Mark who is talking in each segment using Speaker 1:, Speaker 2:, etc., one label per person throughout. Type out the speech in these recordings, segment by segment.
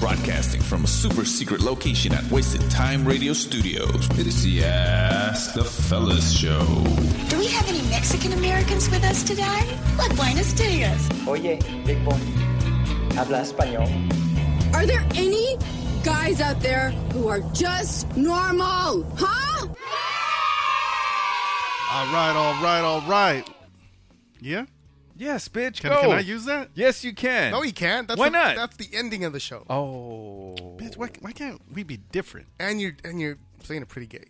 Speaker 1: broadcasting from a super secret location at Wasted Time Radio Studios. It is the Ask the Fellas Show.
Speaker 2: Do we have any Mexican Americans with us today? Like Buenos Dias.
Speaker 3: Oye, Big Boy, habla español.
Speaker 4: Are there any guys out there who are just normal? Huh?
Speaker 5: All right, all right, all right. Yeah?
Speaker 6: Yes, bitch.
Speaker 5: Can,
Speaker 6: go.
Speaker 5: can I use that?
Speaker 6: Yes, you can.
Speaker 7: No, he can't. That's
Speaker 6: Why
Speaker 7: the,
Speaker 6: not?
Speaker 7: That's the ending of the show.
Speaker 6: oh,
Speaker 5: Bitch, why, why can't we be different?
Speaker 7: And you're and you're saying it pretty gay.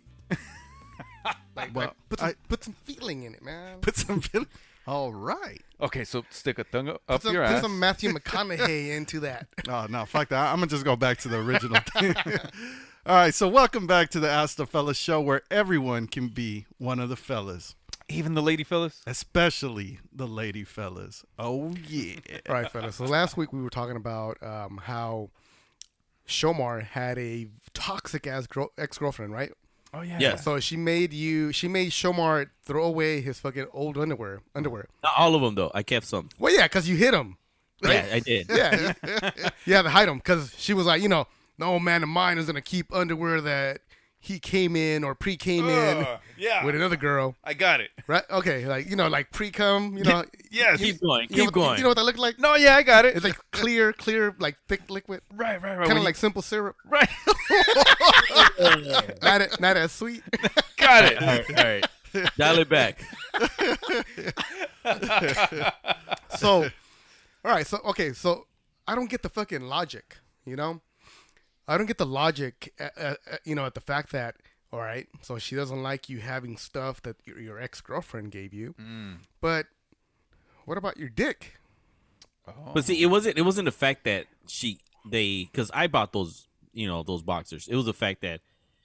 Speaker 7: like,
Speaker 5: Well,
Speaker 7: like, put some,
Speaker 5: I-
Speaker 7: put some feeling in it, man.
Speaker 5: Put some feeling. All right.
Speaker 6: Okay, so stick a tongue up
Speaker 7: Put some,
Speaker 6: your
Speaker 7: put
Speaker 6: ass.
Speaker 7: some Matthew McConaughey into that.
Speaker 5: Oh, no, fuck that. I'm going to just go back to the original thing. All right, so welcome back to the Ask the Fellas show where everyone can be one of the fellas,
Speaker 6: Even the lady fellas.
Speaker 5: especially the lady fellas. Oh, yeah.
Speaker 7: All right, fellas. So last week we were talking about um, how Shomar had a toxic ass girl, ex girlfriend, right?
Speaker 6: Oh yeah.
Speaker 7: So she made you. She made Shomar throw away his fucking old underwear. Underwear.
Speaker 8: Not all of them though. I kept some.
Speaker 7: Well, yeah, because you hit him.
Speaker 8: Yeah, I did.
Speaker 7: Yeah, you had to hide him because she was like, you know, no man of mine is gonna keep underwear that he came in or pre came in
Speaker 6: yeah.
Speaker 7: with another girl,
Speaker 6: I got it.
Speaker 7: right? Okay, like you know, like pre cum, you know,
Speaker 6: Yes.
Speaker 8: Keep going.
Speaker 7: you know
Speaker 8: Keep
Speaker 7: what-
Speaker 8: going.
Speaker 7: You know what that looked like?
Speaker 6: no, yeah, I got it.
Speaker 7: It's like clear, clear, like thick liquid,
Speaker 6: right, right,
Speaker 7: kind
Speaker 6: right. When
Speaker 7: of
Speaker 6: you-
Speaker 7: like simple syrup,
Speaker 6: right.
Speaker 7: not a- not as sweet.
Speaker 6: got it. All right.
Speaker 8: Dial it back.
Speaker 7: so, all right, so okay, so I don't get the fucking logic, you know, I don't get the logic, uh, uh, uh, you know, at the fact that. All right, so she doesn't like you having stuff that your, your ex girlfriend gave you. But what about your dick?
Speaker 8: But see, it wasn't. It wasn't the fact that she they because I bought those you know those boxers. It was the fact that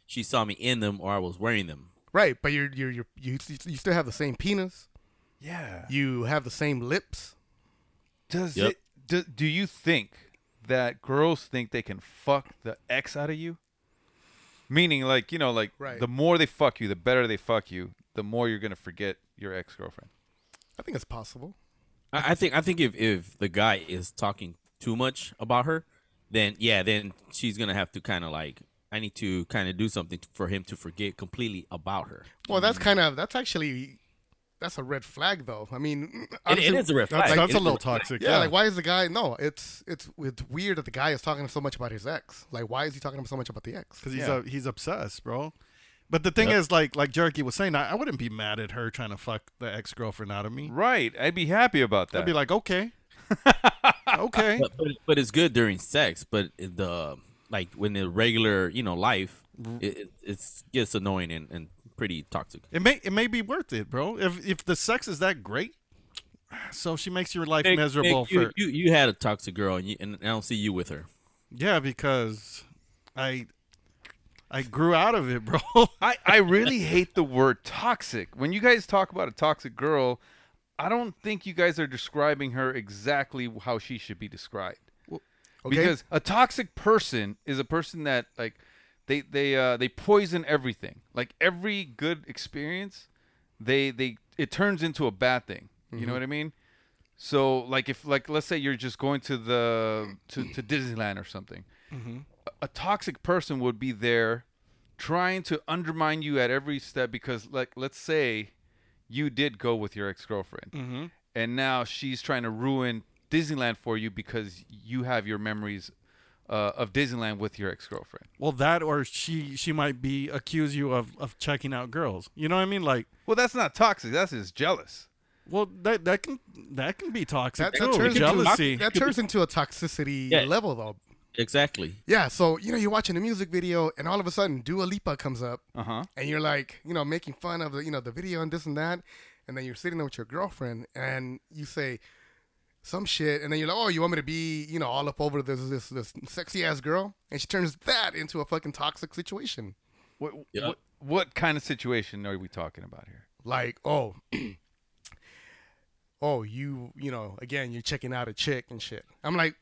Speaker 8: she saw me in them or I was wearing them.
Speaker 7: Right, but you're you're, you're you you still have the same penis.
Speaker 6: Yeah.
Speaker 7: You have the same lips.
Speaker 6: Does
Speaker 8: Yep.
Speaker 6: it? Do, do you think that girls think they can fuck the ex out of you? Meaning, like you know, like
Speaker 7: Right.
Speaker 6: the more they fuck you, the better they fuck you, the more you're gonna forget your ex girlfriend.
Speaker 7: I think it's possible.
Speaker 8: I, I think. I think if if the guy is talking too much about her, then yeah, then she's gonna have to kind of like I need to kind of do something to, for him to forget completely about her.
Speaker 7: Well,
Speaker 8: Mm.
Speaker 7: that's kind of that's actually that's a red flag though. I mean,
Speaker 8: It, it
Speaker 7: honestly-
Speaker 8: is a red flag.
Speaker 5: That's, that's
Speaker 8: It
Speaker 5: a
Speaker 8: is
Speaker 5: little
Speaker 8: red flag.
Speaker 5: toxic.
Speaker 7: Yeah, like why is the guy? No, it's it's it's weird that the guy is talking so much about his ex. Like, why is he talking so much about the ex?
Speaker 5: because he's uh he's obsessed, bro. But the thing is, like like Jerky was saying, I, I wouldn't be mad at her trying to fuck the ex girlfriend out of me.
Speaker 6: Right. I'd be happy about that.
Speaker 5: I'd be like, okay, okay,
Speaker 8: But, but, but it's good during sex. But in the like when the regular you know life, it, it it's gets annoying and, and pretty toxic.
Speaker 5: it may it may be worth it, bro. If if the sex is that great, so she makes your life
Speaker 8: Nick,
Speaker 5: miserable
Speaker 8: Nick, you,
Speaker 5: for
Speaker 8: you. You had a toxic girl, and, you, and I don't see you with her.
Speaker 5: yeah, because I I grew out of it, bro.
Speaker 6: I, I really hate the word toxic. When you guys talk about a toxic girl, I don't think you guys are describing her exactly how she should be described.
Speaker 7: Okay.
Speaker 6: Because a toxic person is a person that like they they uh, they poison everything. Like every good experience, they they it turns into a bad thing. You know what I mean? So like if like let's say you're just going to the to, to Disneyland or something, a toxic person would be there trying to undermine you at every step because like let's say you did go with your ex-girlfriend and now she's trying to ruin disneyland for you because you have your memories uh, of disneyland with your ex-girlfriend
Speaker 5: well, that or she she might be accuse you of of checking out girls. You know what I mean? Like,
Speaker 6: well that's not toxic that's just jealous
Speaker 5: well that that can that can be toxic
Speaker 7: that, that
Speaker 5: too.
Speaker 7: turns
Speaker 5: Jealousy.
Speaker 7: Into, that turns into a toxicity
Speaker 8: Yeah.
Speaker 7: level though.
Speaker 8: Exactly.
Speaker 7: Yeah, so you know you're watching a music video, and all of a sudden Dua Lipa comes up, and you're like, you know, making fun of the, you know, the video and this and that, and then you're sitting there with your girlfriend, and you say some shit, and then you're like, oh, you want me to be, you know, all up over this this this sexy ass girl, and she turns that into a fucking toxic situation.
Speaker 6: what,
Speaker 8: Yeah.
Speaker 6: what, what kind of situation are we talking about here
Speaker 7: Like, oh, oh, you, you know, again, you're checking out a chick and shit. I'm like,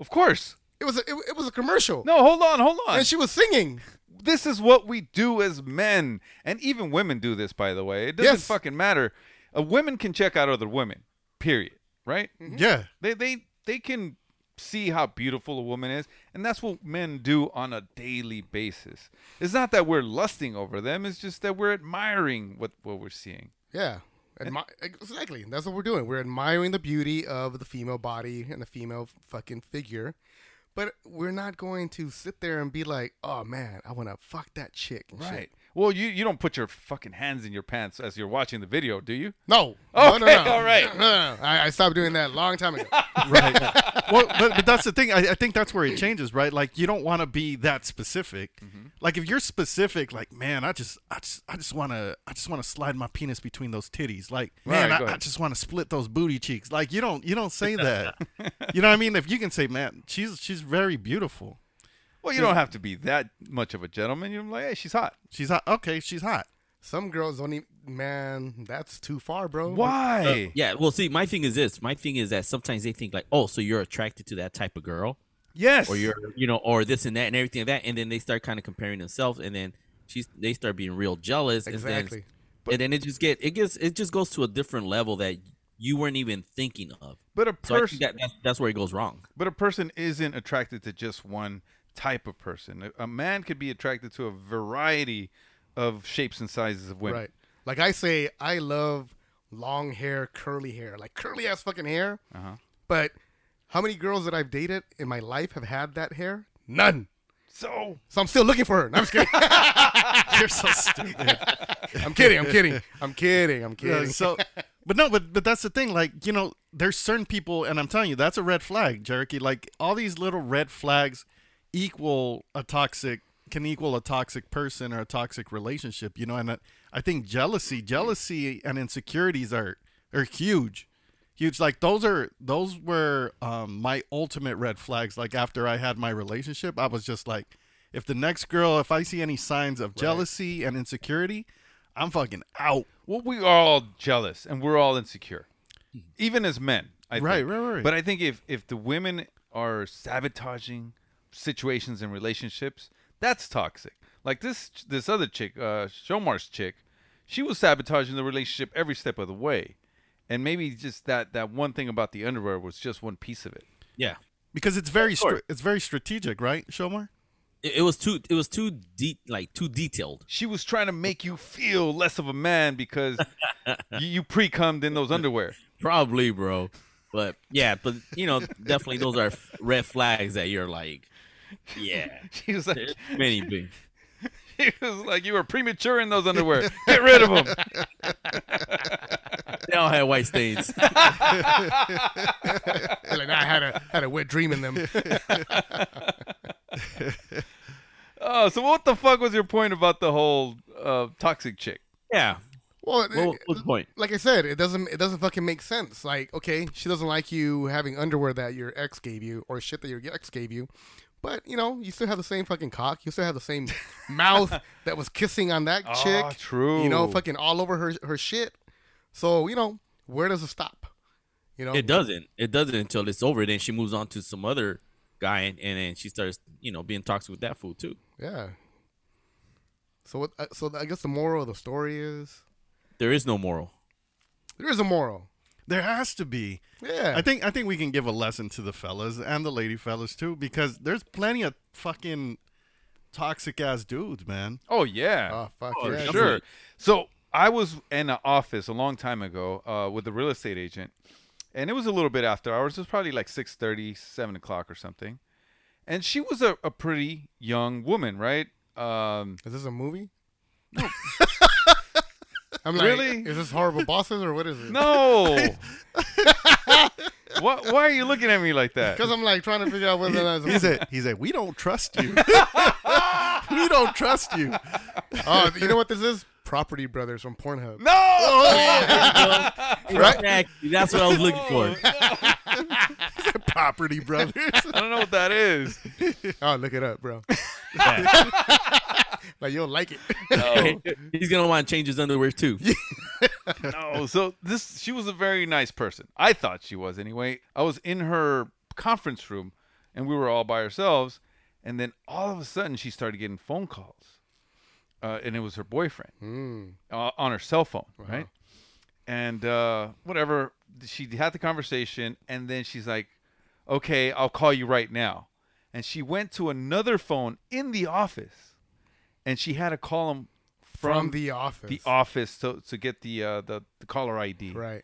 Speaker 6: of course
Speaker 7: it was a, it, it was a commercial,
Speaker 6: no hold on hold on
Speaker 7: and she was singing.
Speaker 6: this is what we do as men and even women do this by the way it doesn't
Speaker 7: Yes.
Speaker 6: fucking matter Uh, a women can check out other women period right
Speaker 5: yeah.
Speaker 6: they they they can see how beautiful a woman is, and that's what men do on a daily basis. It's not that we're lusting over them; it's just that we're admiring what what we're seeing.
Speaker 7: Yeah. Admi- exactly. That's what we're doing. We're admiring the beauty of the female body and the female fucking figure. But we're not going to sit there and be like, oh man, I want to fuck that chick. and shit."
Speaker 6: Right. Well, you you don't put your fucking hands in your pants as you're watching the video, do you?
Speaker 7: No. No, no,
Speaker 6: Okay,
Speaker 7: no.
Speaker 6: all right.
Speaker 7: No, no, no. I, I stopped doing that a long time ago.
Speaker 5: right. well, but, but that's the thing. I, I think that's where it changes, right? Like you don't want to be that specific.
Speaker 6: Mm-hmm.
Speaker 5: Like if you're specific, like man, I just, I just, I just want to, I just want to slide my penis between those titties. Like man,
Speaker 6: Right, go
Speaker 5: I, I
Speaker 6: ahead.
Speaker 5: just want to split those booty cheeks. Like you don't, you don't say that. you know what I mean? If you can say, man, she's, she's very beautiful.
Speaker 6: Well, you don't have to be that much of a gentleman. You're like, hey, she's hot.
Speaker 5: She's hot. Okay, she's hot.
Speaker 7: Some girls don't even, man, that's too far, bro. uh,
Speaker 6: Why?
Speaker 8: Yeah, well, see, my thing is this. My thing is that sometimes they think like, oh, so you're attracted to that type of girl,
Speaker 6: Yes.
Speaker 8: or you're, you know, or this and that and everything like that, and then they start kind of comparing themselves, and then she's they start being real jealous, and
Speaker 7: Exactly.
Speaker 8: then, and then it just get it gets it just goes to a different level that you weren't even thinking of.
Speaker 6: But a
Speaker 8: So I
Speaker 6: person,
Speaker 8: think that, that's, that's where it goes wrong.
Speaker 6: but a person isn't attracted to just one type of person. A, a man could be attracted to a variety of shapes and sizes of women.
Speaker 7: Right. Like I say, I love long hair, curly hair, like curly ass fucking hair.
Speaker 6: Uh-huh.
Speaker 7: But how many girls that I've dated in my life have had that hair? None.
Speaker 6: So
Speaker 7: So I'm still looking for her. No, I'm just kidding.
Speaker 5: You're so stupid.
Speaker 7: I'm kidding. I'm kidding. I'm kidding. I'm
Speaker 5: Yeah,
Speaker 7: kidding.
Speaker 5: so, but no, but but that's the thing. Like you know, there's certain people, and I'm telling you, that's a red flag, Jerky. Like all these little red flags equal a toxic can equal a toxic person or a toxic relationship. You know, and I, I think jealousy, jealousy, and insecurities are are huge, huge. Like those are those were um, my ultimate red flags. Like after I had my relationship, I was just like. If the next girl, if I see any signs of jealousy and insecurity, I'm fucking out.
Speaker 6: Well, we are all jealous and we're all insecure, even as men. I
Speaker 5: Right,
Speaker 6: think.
Speaker 5: right, right.
Speaker 6: But I think if if the women are sabotaging situations and relationships, that's toxic. Like this this other chick, uh, Shomar's chick, she was sabotaging the relationship every step of the way, and maybe just that that one thing about the underwear was just one piece of it.
Speaker 8: Yeah,
Speaker 5: because it's very str- it's very strategic, right, Shomar?
Speaker 8: it, it was too it was too deep like too detailed.
Speaker 6: She was trying to make you feel less of a man because you, you pre cummed in those underwear.
Speaker 8: Probably, bro. But yeah, but you know, definitely those are red flags that you're like, yeah,
Speaker 6: She was like,
Speaker 8: many big.
Speaker 6: He was like, "You were premature in those underwear. Get rid of them."
Speaker 8: They all had white stains.
Speaker 7: like I had a had a wet dream in them.
Speaker 6: Oh, so what the fuck was your point about the whole uh, toxic chick?
Speaker 8: Yeah.
Speaker 7: Well,
Speaker 8: What what's the point?
Speaker 7: like I said, it doesn't it doesn't fucking make sense. Like, okay, she doesn't like you having underwear that your ex gave you or shit that your ex gave you. But, you know, you still have the same fucking cock. You still have the same mouth that was kissing on that
Speaker 8: Ah,
Speaker 7: chick.
Speaker 6: true.
Speaker 7: You know, fucking all over her her shit. So, you know, where does it stop? You know?
Speaker 8: It doesn't. It doesn't until it's over. Then she moves on to some other guy, and, and then she starts, you know, being toxic with that fool too.
Speaker 7: Yeah. So what uh, so I guess the moral of the story is
Speaker 8: There is no moral.
Speaker 7: there is a moral.
Speaker 5: There has to be.
Speaker 7: Yeah.
Speaker 5: I think I think we can give a lesson to the fellas and the lady fellas too, because there's plenty of fucking toxic ass dudes, man.
Speaker 6: Oh yeah.
Speaker 7: Oh fuck
Speaker 6: for
Speaker 7: yeah.
Speaker 6: sure. So I was in an office a long time ago uh, with a real estate agent, and it was a little bit after hours. It was probably like 6.30, 7 o'clock or something. And she was a, a pretty young woman, right? Um,
Speaker 7: Is this a movie? I'm like,
Speaker 6: Really?
Speaker 7: Is this horrible bosses or what is it?
Speaker 6: no. what, why are you looking at me like that?
Speaker 7: because I'm like trying to figure out whether or not
Speaker 5: He
Speaker 7: it's a
Speaker 5: said he said we don't trust you. we don't trust you.
Speaker 7: Oh, you know what this is? Property Brothers from Pornhub. Oh,
Speaker 6: No.
Speaker 8: Right? That's what I was looking for.
Speaker 5: Property brothers.
Speaker 6: I don't know what that is.
Speaker 7: Oh, look it up, bro. like you'll like it. Oh,
Speaker 8: He's gonna want to change his underwear too.
Speaker 6: No, so this she was a very nice person. I thought she was anyway. I was in her conference room and we were all by ourselves and then all of a sudden she started getting phone calls. Uh, and it was her boyfriend
Speaker 7: Hmm.
Speaker 6: uh, on her cell phone,
Speaker 7: Uh-huh.
Speaker 6: right? And uh, whatever, she had the conversation and then she's like, okay, I'll call you right now. And she went to another phone in the office and she had to call him from,
Speaker 7: From the office.
Speaker 6: The office to, to get the, uh, the the caller ID.
Speaker 7: Right.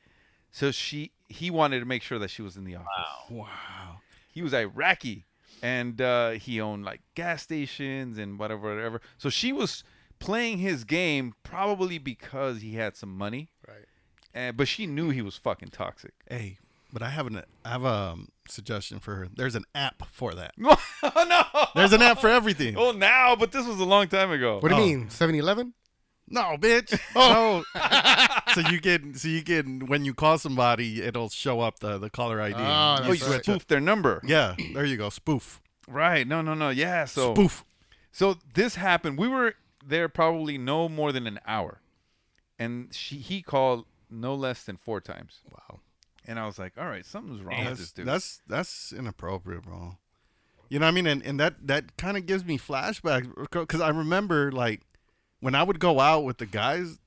Speaker 6: So she he wanted to make sure that she was in the office. Wow. He was Iraqi and uh, he owned like gas stations and whatever whatever. So she was playing his game probably because he had some money.
Speaker 7: Right.
Speaker 6: And, but she knew he was fucking toxic.
Speaker 5: Hey, but I have an I have a um, suggestion for her. There's an app for that.
Speaker 6: no.
Speaker 5: There's an app for everything.
Speaker 6: Oh, now, but this was a long time ago.
Speaker 5: Oh.
Speaker 7: What do you mean? 7 Eleven?
Speaker 5: No, bitch. Oh. so you get so you get when you call somebody, it'll show up the the caller ID.
Speaker 7: Oh,
Speaker 6: Oh, you
Speaker 7: that's right.
Speaker 6: spoofed their number.
Speaker 5: Yeah, there you go. Spoof.
Speaker 6: Right. No, no, no. Yeah. So
Speaker 5: Spoof.
Speaker 6: So this happened. We were there probably no more than an hour, and she he called no less than four times. Wow. And I was like, all right, something's wrong with
Speaker 5: That's,
Speaker 6: this dude.
Speaker 5: that's that's inappropriate, bro. You know what I mean? And and that that kind of gives me flashbacks because I remember like when I would go out with the guys,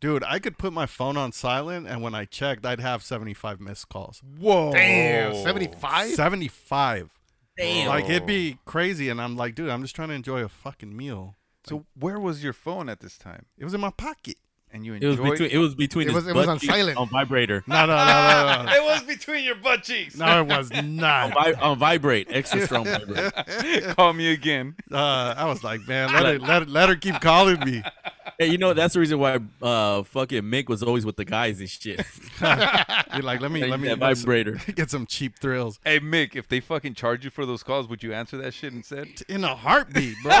Speaker 5: dude. I could put my phone on silent, and when I checked, I'd have seventy five missed calls.
Speaker 6: Whoa.
Speaker 7: Damn, 75?
Speaker 5: Seventy five.
Speaker 8: Damn.
Speaker 5: Like it'd be crazy, and I'm like, dude, I'm just trying to enjoy a fucking meal.
Speaker 6: So where was your phone at this time?
Speaker 5: It was in my pocket.
Speaker 6: And you
Speaker 8: It was
Speaker 6: enjoyed.
Speaker 8: between. It was
Speaker 7: It
Speaker 8: between. his
Speaker 7: was- it was
Speaker 8: butt
Speaker 7: on
Speaker 8: cheeks
Speaker 7: silent.
Speaker 8: On vibrator.
Speaker 5: No, no, no, no, no.
Speaker 6: It was between your butt cheeks.
Speaker 5: No, it was not.
Speaker 8: Vi- on vibrate. Extra strong vibrate.
Speaker 6: Call me again.
Speaker 5: Uh, I was like, man, let her, let her, let her keep calling me.
Speaker 8: Hey, you know that's the reason why uh fucking Mick was always with the guys and shit.
Speaker 5: You're like, let me, let me
Speaker 8: that
Speaker 5: get some,
Speaker 8: vibrator.
Speaker 5: get some cheap thrills
Speaker 6: Hey Mick, if they fucking charge you for those calls, would you answer that shit instead?
Speaker 5: in a heartbeat, bro.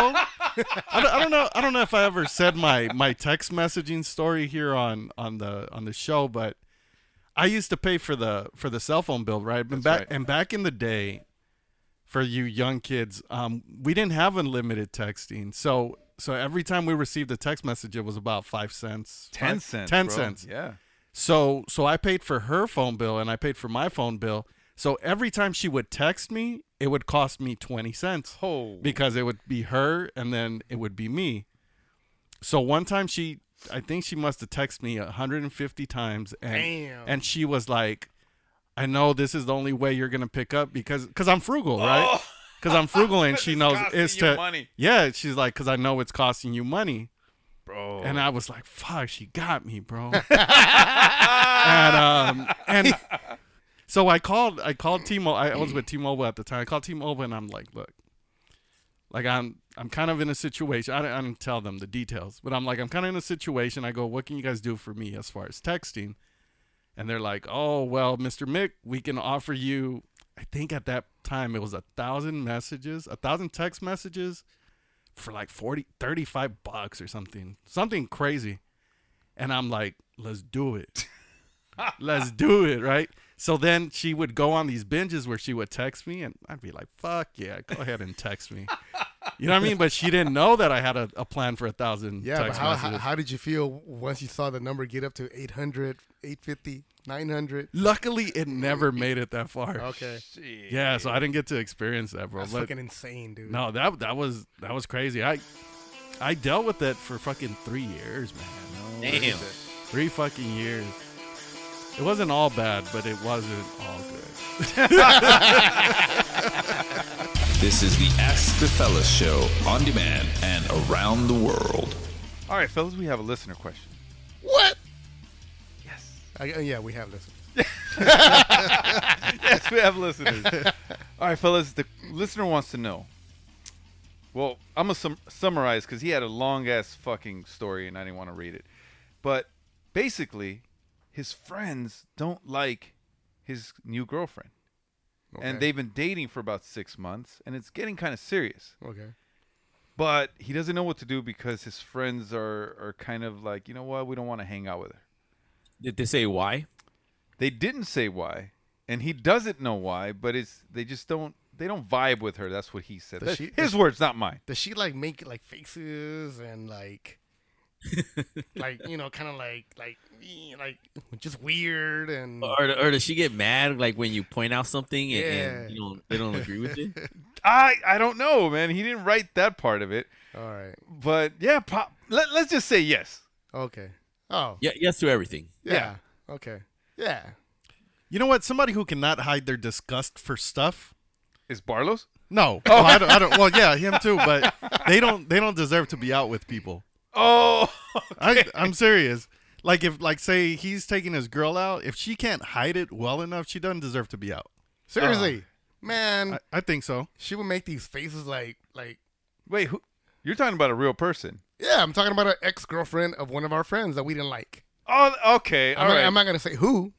Speaker 5: I, don't, I don't know. I don't know if I ever said my my text messaging story here on on the on the show, but I used to pay for the for the cell phone bill, right? And back
Speaker 6: right.
Speaker 5: and back in the day, for you young kids, um, we didn't have unlimited texting, so so every time we received a text message, it was about five cents,
Speaker 6: Ten
Speaker 5: five-
Speaker 6: cents.
Speaker 5: ten
Speaker 6: bro.
Speaker 5: cents.
Speaker 6: Yeah.
Speaker 5: So so I paid for her phone bill and I paid for my phone bill. So every time she would text me, it would cost me 20 cents
Speaker 6: Oh.
Speaker 5: because it would be her and then it would be me. So one time she I think she must have texted me 150 times and
Speaker 7: Damn.
Speaker 5: and she was like I know this is the only way you're going to pick up because cuz I'm frugal, right? Cuz I'm frugal and she
Speaker 6: Oh. It's
Speaker 5: knows
Speaker 6: costing
Speaker 5: it's
Speaker 6: you
Speaker 5: to
Speaker 6: money.
Speaker 5: Yeah, she's like cuz I know it's costing you money.
Speaker 6: Bro.
Speaker 5: And I was like, "Fuck, she got me, bro." and um, and so I called. I called T-Mobile. I was with T-Mobile at the time. I called T-Mobile, and I'm like, "Look, like I'm I'm kind of in a situation. I didn't, I didn't tell them the details, but I'm like, I'm kind of in a situation. I go, what can you guys do for me as far as texting?" And they're like, "Oh, well, Mr. Mick, we can offer you. I think at that time it was a thousand messages, a thousand text messages." for like 40 35 bucks or something something crazy and i'm like let's do it let's do it right so then she would go on these binges where she would text me and i'd be like fuck yeah go ahead and text me you know what i mean but she didn't know that i had a, a plan for a thousand
Speaker 7: Yeah, but
Speaker 5: text
Speaker 7: how, how,
Speaker 5: messages
Speaker 7: how did you feel once you saw the number get up to 800, 850, 900?
Speaker 5: luckily it never made it that far
Speaker 7: Okay.
Speaker 5: yeah so i didn't get to experience that bro
Speaker 7: That's
Speaker 5: But-
Speaker 7: fucking insane, dude.
Speaker 5: no that that was that was crazy i i dealt with that for fucking three years man
Speaker 8: Damn.
Speaker 5: Three fucking years. It wasn't all bad, but it wasn't all good.
Speaker 1: This is the Ask the Fellas show on demand and around the world.
Speaker 6: All right, fellas, we have a listener question.
Speaker 7: I, uh, yeah, we have listeners.
Speaker 6: yes, we have listeners. All right, fellas, the listener wants to know. Well, I'm gonna sum- summarize because he had a long ass fucking story and I didn't want to read it. But basically, his friends don't like his new girlfriend, and they've been dating for about six months, and it's getting kind of serious.
Speaker 7: Okay.
Speaker 6: But he doesn't know what to do because his friends are are kind of like, you know what, we don't want to hang out with her.
Speaker 8: Did they say why?
Speaker 6: They didn't say why, and he doesn't know why, but it's they just don't they don't vibe with her. That's what he said.
Speaker 7: Does
Speaker 6: That-
Speaker 7: she-
Speaker 6: his words, not mine.
Speaker 7: Does she like make like faces and like, like you know, kind of like like eh, like just weird and
Speaker 8: Or, or does she get mad like when you point out something and, and
Speaker 7: Yeah.
Speaker 8: you know they don't agree with you?
Speaker 6: I I don't know, man. He didn't write that part of it,
Speaker 7: all right,
Speaker 6: but yeah, pop, let let's just say yes.
Speaker 7: okay, oh
Speaker 8: Yeah, yes to everything.
Speaker 7: yeah, okay, yeah.
Speaker 5: You know what? Somebody who cannot hide their disgust for stuff.
Speaker 6: Is Barlow's?
Speaker 5: No, oh, I, don't, I don't. Well, yeah, him too, but they don't. They don't deserve to be out with people.
Speaker 6: Oh,
Speaker 5: I, I'm serious. Like if, like, say he's taking his girl out. If she can't hide it well enough, she doesn't deserve to be out.
Speaker 7: Seriously, man,
Speaker 5: I, I think so.
Speaker 7: she would make these faces like like.
Speaker 6: wait, who? You're talking about a real person?
Speaker 7: Yeah, I'm talking about an ex girlfriend of one of our friends that we didn't like.
Speaker 6: Oh, okay.
Speaker 7: I'm,
Speaker 6: all
Speaker 7: not,
Speaker 6: right.
Speaker 7: I'm not gonna say who,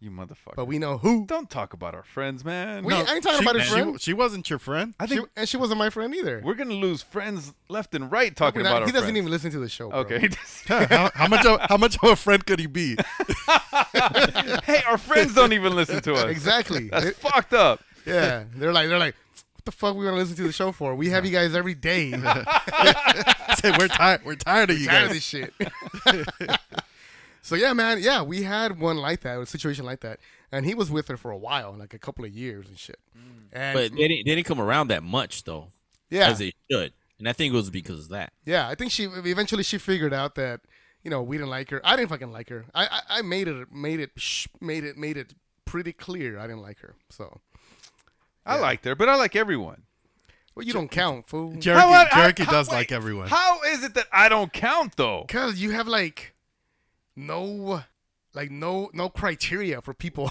Speaker 6: you motherfucker.
Speaker 7: but we know who.
Speaker 6: don't talk about our friends, man.
Speaker 7: We, I ain't talking
Speaker 5: She,
Speaker 7: about his
Speaker 5: she-
Speaker 7: friend.
Speaker 5: she wasn't your friend.
Speaker 6: I think
Speaker 7: She- and she wasn't my friend either.
Speaker 6: we're gonna lose friends left and right talking
Speaker 7: We're not-
Speaker 6: about our
Speaker 7: he doesn't
Speaker 6: friends.
Speaker 7: even listen to the show. bro.
Speaker 6: Okay.
Speaker 5: how, how much? Of, how much of a friend could he be?
Speaker 6: hey, our friends don't even listen to us.
Speaker 7: Exactly.
Speaker 6: That's
Speaker 7: They-
Speaker 6: fucked up.
Speaker 7: yeah. They're like they're like, what the fuck we gonna listen to the show for? We have you guys every day.
Speaker 5: Say, we're tired. We're tired of you
Speaker 7: tired of
Speaker 5: guys.
Speaker 7: this shit. so yeah, man, yeah, we had one like that, a situation like that, and he was with her for a while, like a couple of years and shit. And
Speaker 8: But they didn't, they didn't come around that much though,
Speaker 7: yeah,
Speaker 8: as they should. And I think it was because of that.
Speaker 7: yeah, I think she eventually she figured out that you know we didn't like her. I didn't fucking like her. I I, I made it made it shh, made it made it pretty clear I didn't like her. So
Speaker 6: I liked her, but I like everyone.
Speaker 7: well, you don't count, fool.
Speaker 5: Jerky,
Speaker 6: How- how-
Speaker 5: Jerky
Speaker 6: how-
Speaker 5: does
Speaker 6: wait,
Speaker 5: like everyone.
Speaker 6: How is it that I don't count though?
Speaker 7: Cause you have like no like no no criteria for people.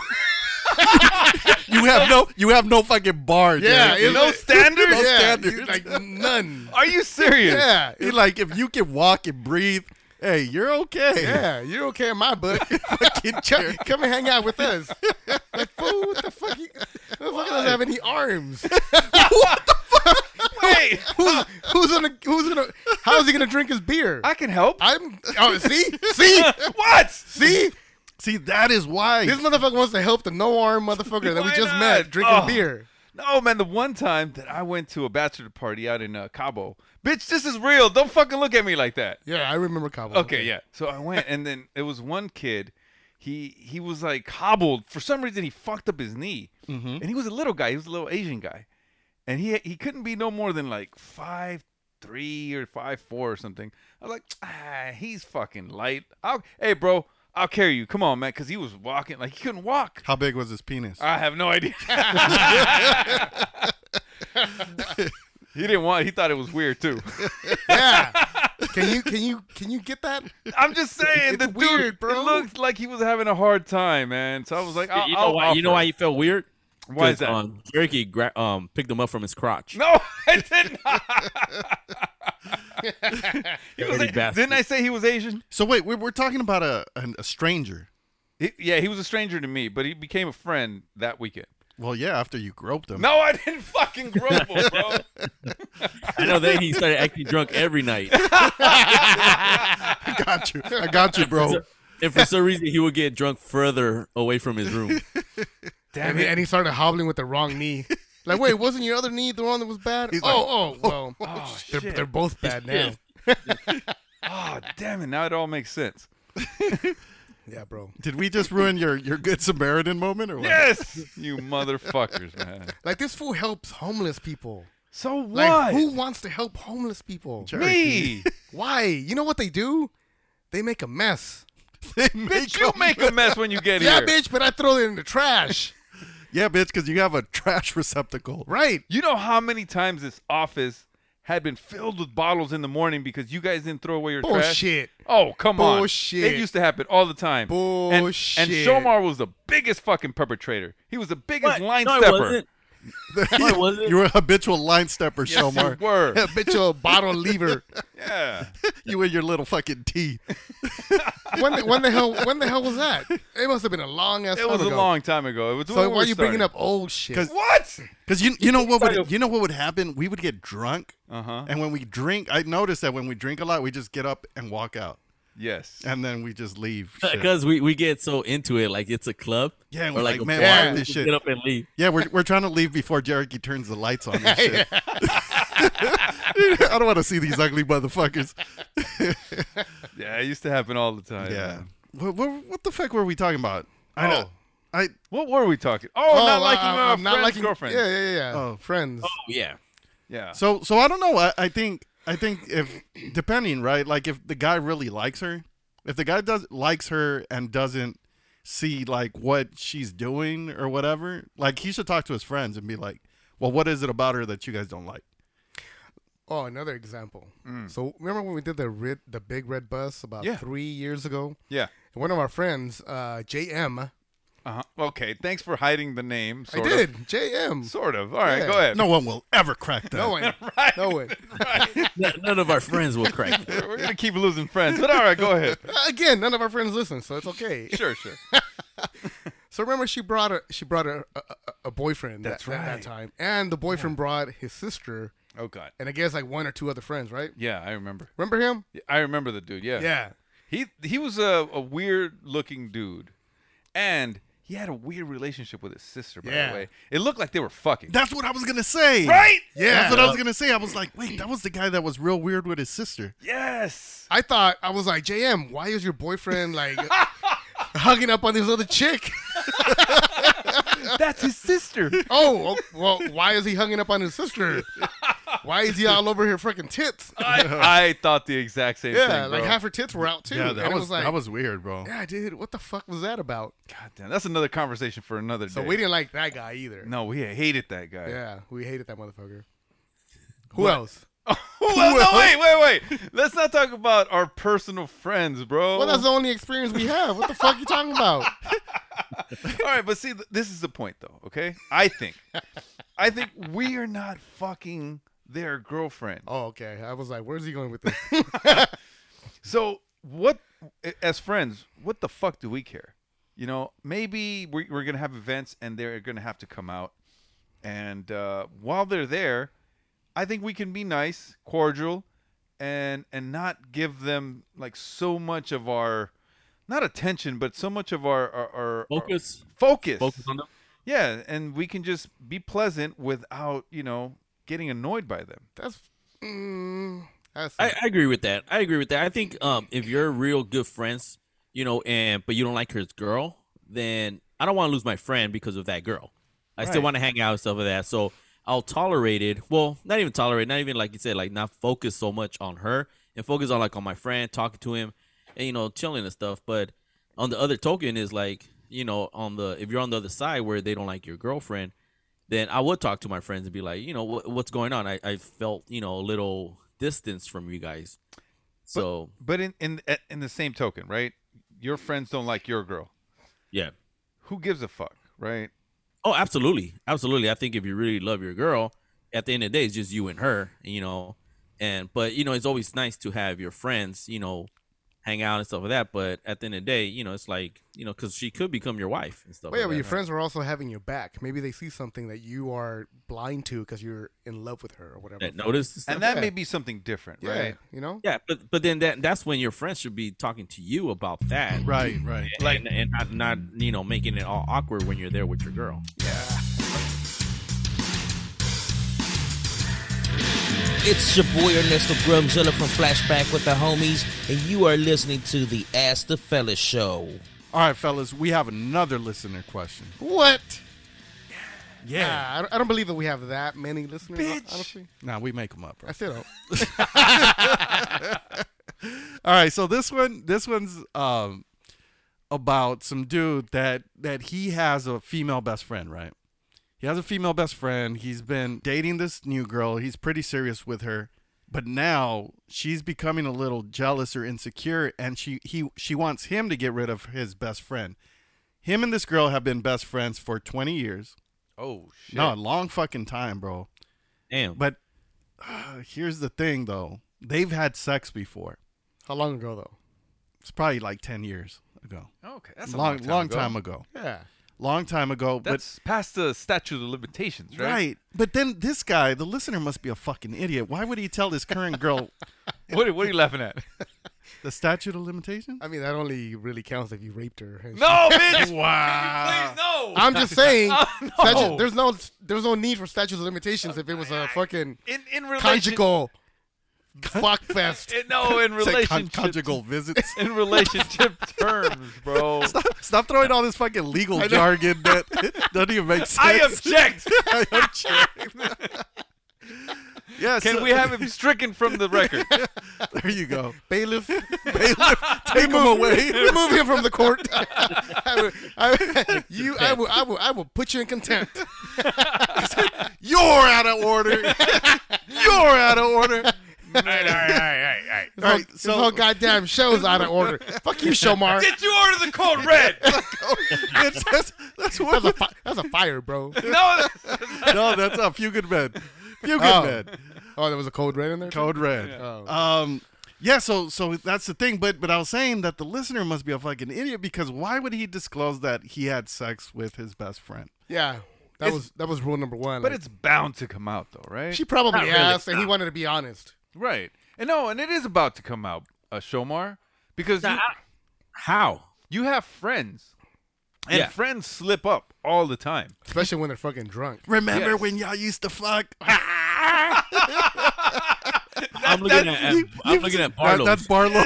Speaker 5: you have no. You have no fucking bar. Jerky.
Speaker 7: it's
Speaker 6: No
Speaker 7: like-
Speaker 6: standards?
Speaker 7: Yeah,
Speaker 5: standards.
Speaker 7: you- like none.
Speaker 6: Are you serious?
Speaker 7: Yeah,
Speaker 5: He like if you can walk and breathe, hey, you're okay.
Speaker 7: Yeah, you're okay in my book. Fucking Chuck, come and hang out with us. Like, fool, what the fuck? You, the fuck doesn't have any arms?
Speaker 6: Wait,
Speaker 7: Who's who's gonna who's gonna how's he gonna drink his beer?
Speaker 6: I can help.
Speaker 7: I'm oh see see
Speaker 6: what?
Speaker 7: see
Speaker 5: See, that is why.
Speaker 7: this motherfucker wants to help the no arm motherfucker that we
Speaker 6: Why
Speaker 7: just
Speaker 6: not?
Speaker 7: met drinking
Speaker 6: Oh.
Speaker 7: beer.
Speaker 6: No, man. The one time that I went to a bachelor party out in uh, Cabo, bitch, this is real. Don't fucking look at me like that.
Speaker 7: Yeah, I remember Cabo.
Speaker 6: Okay, yeah. So I went, and then there was one kid. He he was like hobbled for some reason. He fucked up his knee, and he was a little guy. He was a little Asian guy, and he he couldn't be no more than like five three or five four or something. I was like, ah, he's fucking light. I'll, hey, bro, I'll carry you. Come on, man, because he was walking like he couldn't walk.
Speaker 5: How big was his penis?
Speaker 6: I have no idea. he didn't want. He thought it was weird too.
Speaker 7: yeah. Can you can you can you get that?
Speaker 6: I'm just saying,
Speaker 7: It's
Speaker 6: the
Speaker 7: weird,
Speaker 6: dude,
Speaker 7: bro.
Speaker 6: It looked like he was having a hard time, man. So I was like, I'll,
Speaker 8: you know
Speaker 6: I'll
Speaker 8: why? You know
Speaker 6: offer.
Speaker 8: why he felt weird?
Speaker 6: Why
Speaker 8: 'Cause,
Speaker 6: is that?
Speaker 8: Um, Jerky gra- um, picked him up from his crotch.
Speaker 6: No, I did not. He was
Speaker 8: Dirty
Speaker 6: a-
Speaker 8: bastard.
Speaker 6: didn't I say he was Asian?
Speaker 5: so wait, we're, we're talking about a an, a stranger.
Speaker 6: He- yeah, he was a stranger to me, but he became a friend that weekend.
Speaker 5: Well, yeah, after you groped him.
Speaker 6: No, I didn't fucking grope him, bro.
Speaker 8: I know. Then he started acting drunk every night.
Speaker 5: I got you. I got you, bro.
Speaker 8: And for some reason, he would get drunk further away from his room.
Speaker 7: And, he- and he started hobbling with the wrong knee. Like, wait, wasn't your other knee the one that was bad?
Speaker 5: He's
Speaker 7: oh, oh, well, they're,
Speaker 6: shit.
Speaker 7: they're both bad now.
Speaker 6: oh, damn it. Now it all makes sense.
Speaker 7: Yeah, bro.
Speaker 5: Did we just ruin your your good Samaritan moment or what?
Speaker 6: Yes, you motherfuckers, man.
Speaker 7: Like this fool helps homeless people.
Speaker 6: So what?
Speaker 7: Like who wants to help homeless people?
Speaker 6: me?
Speaker 7: Why? You know what they do? They make a mess.
Speaker 6: bitch, you make a mess when you get
Speaker 7: Yeah,
Speaker 6: here.
Speaker 7: bitch, but I throw it in the trash.
Speaker 5: Yeah, bitch, because you have a trash receptacle.
Speaker 7: right.
Speaker 6: You know how many times this office had been filled with bottles in the morning because you guys didn't throw away your trash?
Speaker 7: Bullshit.
Speaker 6: Oh, come on.
Speaker 7: Bullshit.
Speaker 6: It used to happen all the time. And-
Speaker 7: Bullshit.
Speaker 6: And, Shomar was the biggest fucking perpetrator. He was the biggest line
Speaker 8: no, It
Speaker 6: stepper.
Speaker 8: wasn't. No, it wasn't.
Speaker 5: You're a habitual line stepper,
Speaker 6: Yes, you
Speaker 5: Shomar.
Speaker 6: were.
Speaker 7: Habitual bottle lever.
Speaker 6: yeah.
Speaker 5: You and your little fucking tea.
Speaker 7: When the, when the hell when the hell was that? It must have been a long ass
Speaker 6: It was a long time ago. It was
Speaker 7: So
Speaker 6: when
Speaker 7: why
Speaker 6: we were
Speaker 7: are you bringing
Speaker 6: starting.
Speaker 7: up old shit?
Speaker 5: 'Cause-
Speaker 6: What?
Speaker 5: Because you you know what would you know what would happen? We would get drunk,
Speaker 6: Uh-huh.
Speaker 5: and when we drink, I noticed that when we drink a lot, we just get up and walk out,
Speaker 6: Yes.
Speaker 5: and then we just leave. shit.
Speaker 8: Because we, we get so into it, like it's a club.
Speaker 5: Yeah, we're
Speaker 8: or like,
Speaker 5: like,
Speaker 8: a
Speaker 5: man,
Speaker 8: bar,
Speaker 5: why
Speaker 8: we
Speaker 5: this
Speaker 8: just
Speaker 5: shit?
Speaker 8: Get up and leave.
Speaker 5: yeah, we're, we're trying to leave before Jericho turns the lights on. And shit. I don't want to see these ugly motherfuckers.
Speaker 6: Yeah, it used to happen all the time.
Speaker 5: Yeah. What, what, what the fuck were we talking about? I
Speaker 6: Oh.
Speaker 5: know. I
Speaker 6: What were we talking? Oh, not liking
Speaker 7: I-
Speaker 6: uh,
Speaker 7: I'm
Speaker 6: friend's girlfriend.
Speaker 7: Yeah, yeah, yeah.
Speaker 5: Oh.
Speaker 7: Friends.
Speaker 8: Yeah.
Speaker 6: yeah.
Speaker 5: so so I don't know. I, I think I think if depending right, like if the guy really likes her, if the guy does likes her and doesn't see like what she's doing or whatever. Like he should talk to his friends and be like, "Well, what is it about her that you guys don't like?"
Speaker 7: Oh, another example. So remember when we did the red, the big red bus about
Speaker 6: Mm. Yeah.
Speaker 7: three years ago?
Speaker 6: Yeah.
Speaker 7: One of our friends, uh, JM.
Speaker 6: Uh-huh. Okay. Thanks for hiding the name. Sort
Speaker 7: I
Speaker 6: of.
Speaker 7: did JM.
Speaker 6: Sort of. All right.
Speaker 7: Yeah.
Speaker 6: Go ahead.
Speaker 5: No one will ever crack that.
Speaker 7: no one, no one.
Speaker 8: None- None of our friends will crack. it.
Speaker 6: We're gonna keep losing friends, but all right. Go ahead.
Speaker 7: Again, none of our friends listen, so it's okay.
Speaker 6: Sure. Sure.
Speaker 7: So remember, she brought a she brought a a, a- a boyfriend
Speaker 6: That's
Speaker 7: that, that- that
Speaker 6: right.
Speaker 7: time, and the boyfriend brought his sister,
Speaker 6: Oh God.
Speaker 7: and I guess like one or two other friends, right?
Speaker 6: Yeah, I remember.
Speaker 7: Remember him?
Speaker 6: I remember the dude. Yeah.
Speaker 7: Yeah.
Speaker 6: He he was a, a weird looking dude, and he had a weird relationship with his sister. By
Speaker 7: Yeah.
Speaker 6: the way, it looked like they were fucking.
Speaker 5: That's what I was gonna say.
Speaker 6: right.
Speaker 7: Yeah.
Speaker 5: That's what I was gonna say. I was like, wait, that was the guy that was real weird with his sister.
Speaker 6: Yes.
Speaker 7: I thought I was like, JM, why is your boyfriend like hugging up on this other chick?
Speaker 6: That's his sister.
Speaker 7: Oh, well, why is he hugging up on his sister? Why is he all over her freaking tits?
Speaker 6: I, I thought the exact same thing.
Speaker 7: Yeah, like
Speaker 6: bro.
Speaker 7: half her tits were out too.
Speaker 5: yeah,
Speaker 7: and
Speaker 5: that
Speaker 7: it
Speaker 5: was,
Speaker 7: was like,
Speaker 5: that was weird, bro.
Speaker 7: yeah, dude, what the fuck was that about?
Speaker 6: God damn, that's another conversation for another
Speaker 7: So
Speaker 6: day.
Speaker 7: we didn't like that guy either.
Speaker 6: No, we hated that guy.
Speaker 7: Yeah, we hated that motherfucker. Who else?
Speaker 6: well, no, wait, wait, wait. Let's not talk about our personal friends, bro.
Speaker 7: Well, that's
Speaker 5: Oh.
Speaker 7: the only experience we have. What the fuck you talking about?
Speaker 6: All right, but see, th- this is the point, though. Okay, I think, I think we are not fucking their girlfriend.
Speaker 7: Oh, okay. I was like, where's he going with this?
Speaker 6: So what, as friends, what the fuck do we care? You know, maybe we're, we're gonna have events and they're gonna have to come out, and uh, while they're there, I think we can be nice, cordial, and and not give them like so much of our, not attention, but so much of our our, our
Speaker 8: Focus.
Speaker 6: our focus,
Speaker 8: Focus on them.
Speaker 6: yeah, and we can just be pleasant without you know getting annoyed by them.
Speaker 7: That's. Mm, that's
Speaker 8: I, I agree with that. I agree with that. I think um, if you're real good friends, you know, and but you don't like her girl, then I don't want to lose my friend because of that girl. I still
Speaker 6: Right.
Speaker 8: want to hang out and stuff like that. So I'll tolerate it. Well, not even tolerate. Not even like you said, like not focus so much on her and focus on like on my friend, talking to him, and you know, chilling and stuff. But on the other token, is like you know, on the if you're on the other side where they don't like your girlfriend, then I would talk to my friends and be like, you know, what, what's going on? I, I felt, you know, a little distance from you guys. So,
Speaker 6: But in in in the same token, right? Your friends don't like your girl.
Speaker 8: yeah.
Speaker 6: Who gives a fuck, right?
Speaker 8: Oh, absolutely. Absolutely. I think if you really love your girl, at the end of the day, it's just you and her, you know. And, but, you know, it's always nice to have your friends, you know, hang out and stuff like that. But at the end of the day, you know, it's like, you know, because she could become your wife and stuff
Speaker 7: Well, yeah,
Speaker 8: like
Speaker 7: but
Speaker 8: that.
Speaker 7: your friends are also having your back. Maybe they see something that you are blind to because you're in love with her or whatever.
Speaker 8: That notice and stuff.
Speaker 6: And that
Speaker 7: Yeah.
Speaker 6: may be something different,
Speaker 7: Yeah,
Speaker 6: right?
Speaker 7: you know.
Speaker 8: yeah, but but then that that's when your friends should be talking to you about that,
Speaker 5: Right, right.
Speaker 8: Like and, and not not you know making it all awkward when you're there with your girl.
Speaker 9: It's your boy Ernesto Grumzilla from Flashback with the homies, and you are listening to the Ask the Fellas show.
Speaker 5: All right, fellas, we have another listener question.
Speaker 7: What? Yeah, I don't, I don't believe that we have that many listeners. hon- Honestly,
Speaker 5: Now we make them up. bro.
Speaker 7: I oh, still don't.
Speaker 5: All right, so this one, this one's um, about some dude that that he has a female best friend, right? He has a female best friend. He's been dating this new girl. He's pretty serious with her, but now she's becoming a little jealous or insecure, and she he she wants him to get rid of his best friend. Him and this girl have been best friends for twenty years.
Speaker 6: Oh shit.
Speaker 5: No, a long fucking time, bro.
Speaker 8: Damn.
Speaker 5: But uh, here's the thing, though. They've had sex before.
Speaker 7: How long ago though?
Speaker 5: It's probably like ten years ago.
Speaker 6: Okay, that's a
Speaker 5: long,
Speaker 6: long,
Speaker 5: long time ago.
Speaker 7: Yeah,
Speaker 5: Long time ago.
Speaker 6: That's past the statute of limitations,
Speaker 5: but
Speaker 6: right?
Speaker 5: right. But then this guy, the listener, must be a fucking idiot. Why would he tell his current girl
Speaker 6: What, what are you laughing at?
Speaker 5: the statute of limitations?
Speaker 7: I mean that only really counts if you raped her. and shit.
Speaker 6: no, bitch. wow. Please, no.
Speaker 7: I'm just saying.
Speaker 6: Oh, no.
Speaker 7: statute- there's no, there's no need for statutes of limitations if it was a fucking
Speaker 6: in in relation.
Speaker 7: conjugal fuck fest.
Speaker 6: in- no, in
Speaker 5: Say con-
Speaker 6: relationship.
Speaker 5: conjugal visits.
Speaker 6: in relationship terms, bro.
Speaker 5: Stop throwing all this fucking legal jargon that doesn't even make sense.
Speaker 6: I object.
Speaker 5: I object. Yeah,
Speaker 6: Can
Speaker 5: so-
Speaker 6: we have him stricken from the record?
Speaker 5: There you go.
Speaker 7: Bailiff,
Speaker 5: Bailiff, take him away.
Speaker 7: remove him from the court. I will, I, you, I will, I will, I will put you in contempt.
Speaker 5: You're out of order. You're out of order.
Speaker 7: This,
Speaker 5: All
Speaker 7: whole,
Speaker 5: right,
Speaker 7: this
Speaker 5: so-
Speaker 7: whole goddamn show's out of order. Fuck you, Shomar.
Speaker 6: Did you order the code red?
Speaker 5: It's- that's, that's what
Speaker 7: That's a, fi- that's a fire, bro.
Speaker 6: no.
Speaker 5: no, that's a few good men. Few good
Speaker 7: Oh.
Speaker 5: men.
Speaker 7: Oh, there was a cold red in there. too?
Speaker 5: Code red. Um, yeah. So so that's the thing. But but I was saying that the listener must be a fucking idiot because why would he disclose that he had sex with his best friend?
Speaker 7: Yeah, that
Speaker 6: It's-
Speaker 7: was that was rule number one.
Speaker 6: But
Speaker 7: like,
Speaker 6: it's bound to come out though, right?
Speaker 7: she probably
Speaker 6: Not really.
Speaker 7: asked, and he wanted to be honest.
Speaker 6: right. And no, and it is about to come out, uh, Shomar, because you,
Speaker 8: How?
Speaker 6: you have friends, and
Speaker 8: Yeah.
Speaker 6: friends slip up all the time.
Speaker 7: Especially when they're fucking drunk.
Speaker 5: Remember
Speaker 6: Yes.
Speaker 5: when y'all used to fuck?
Speaker 8: I'm looking at
Speaker 5: You-
Speaker 8: I'm
Speaker 5: you've-
Speaker 8: looking at
Speaker 5: that-
Speaker 8: Barlow's.
Speaker 5: that's Barlow's.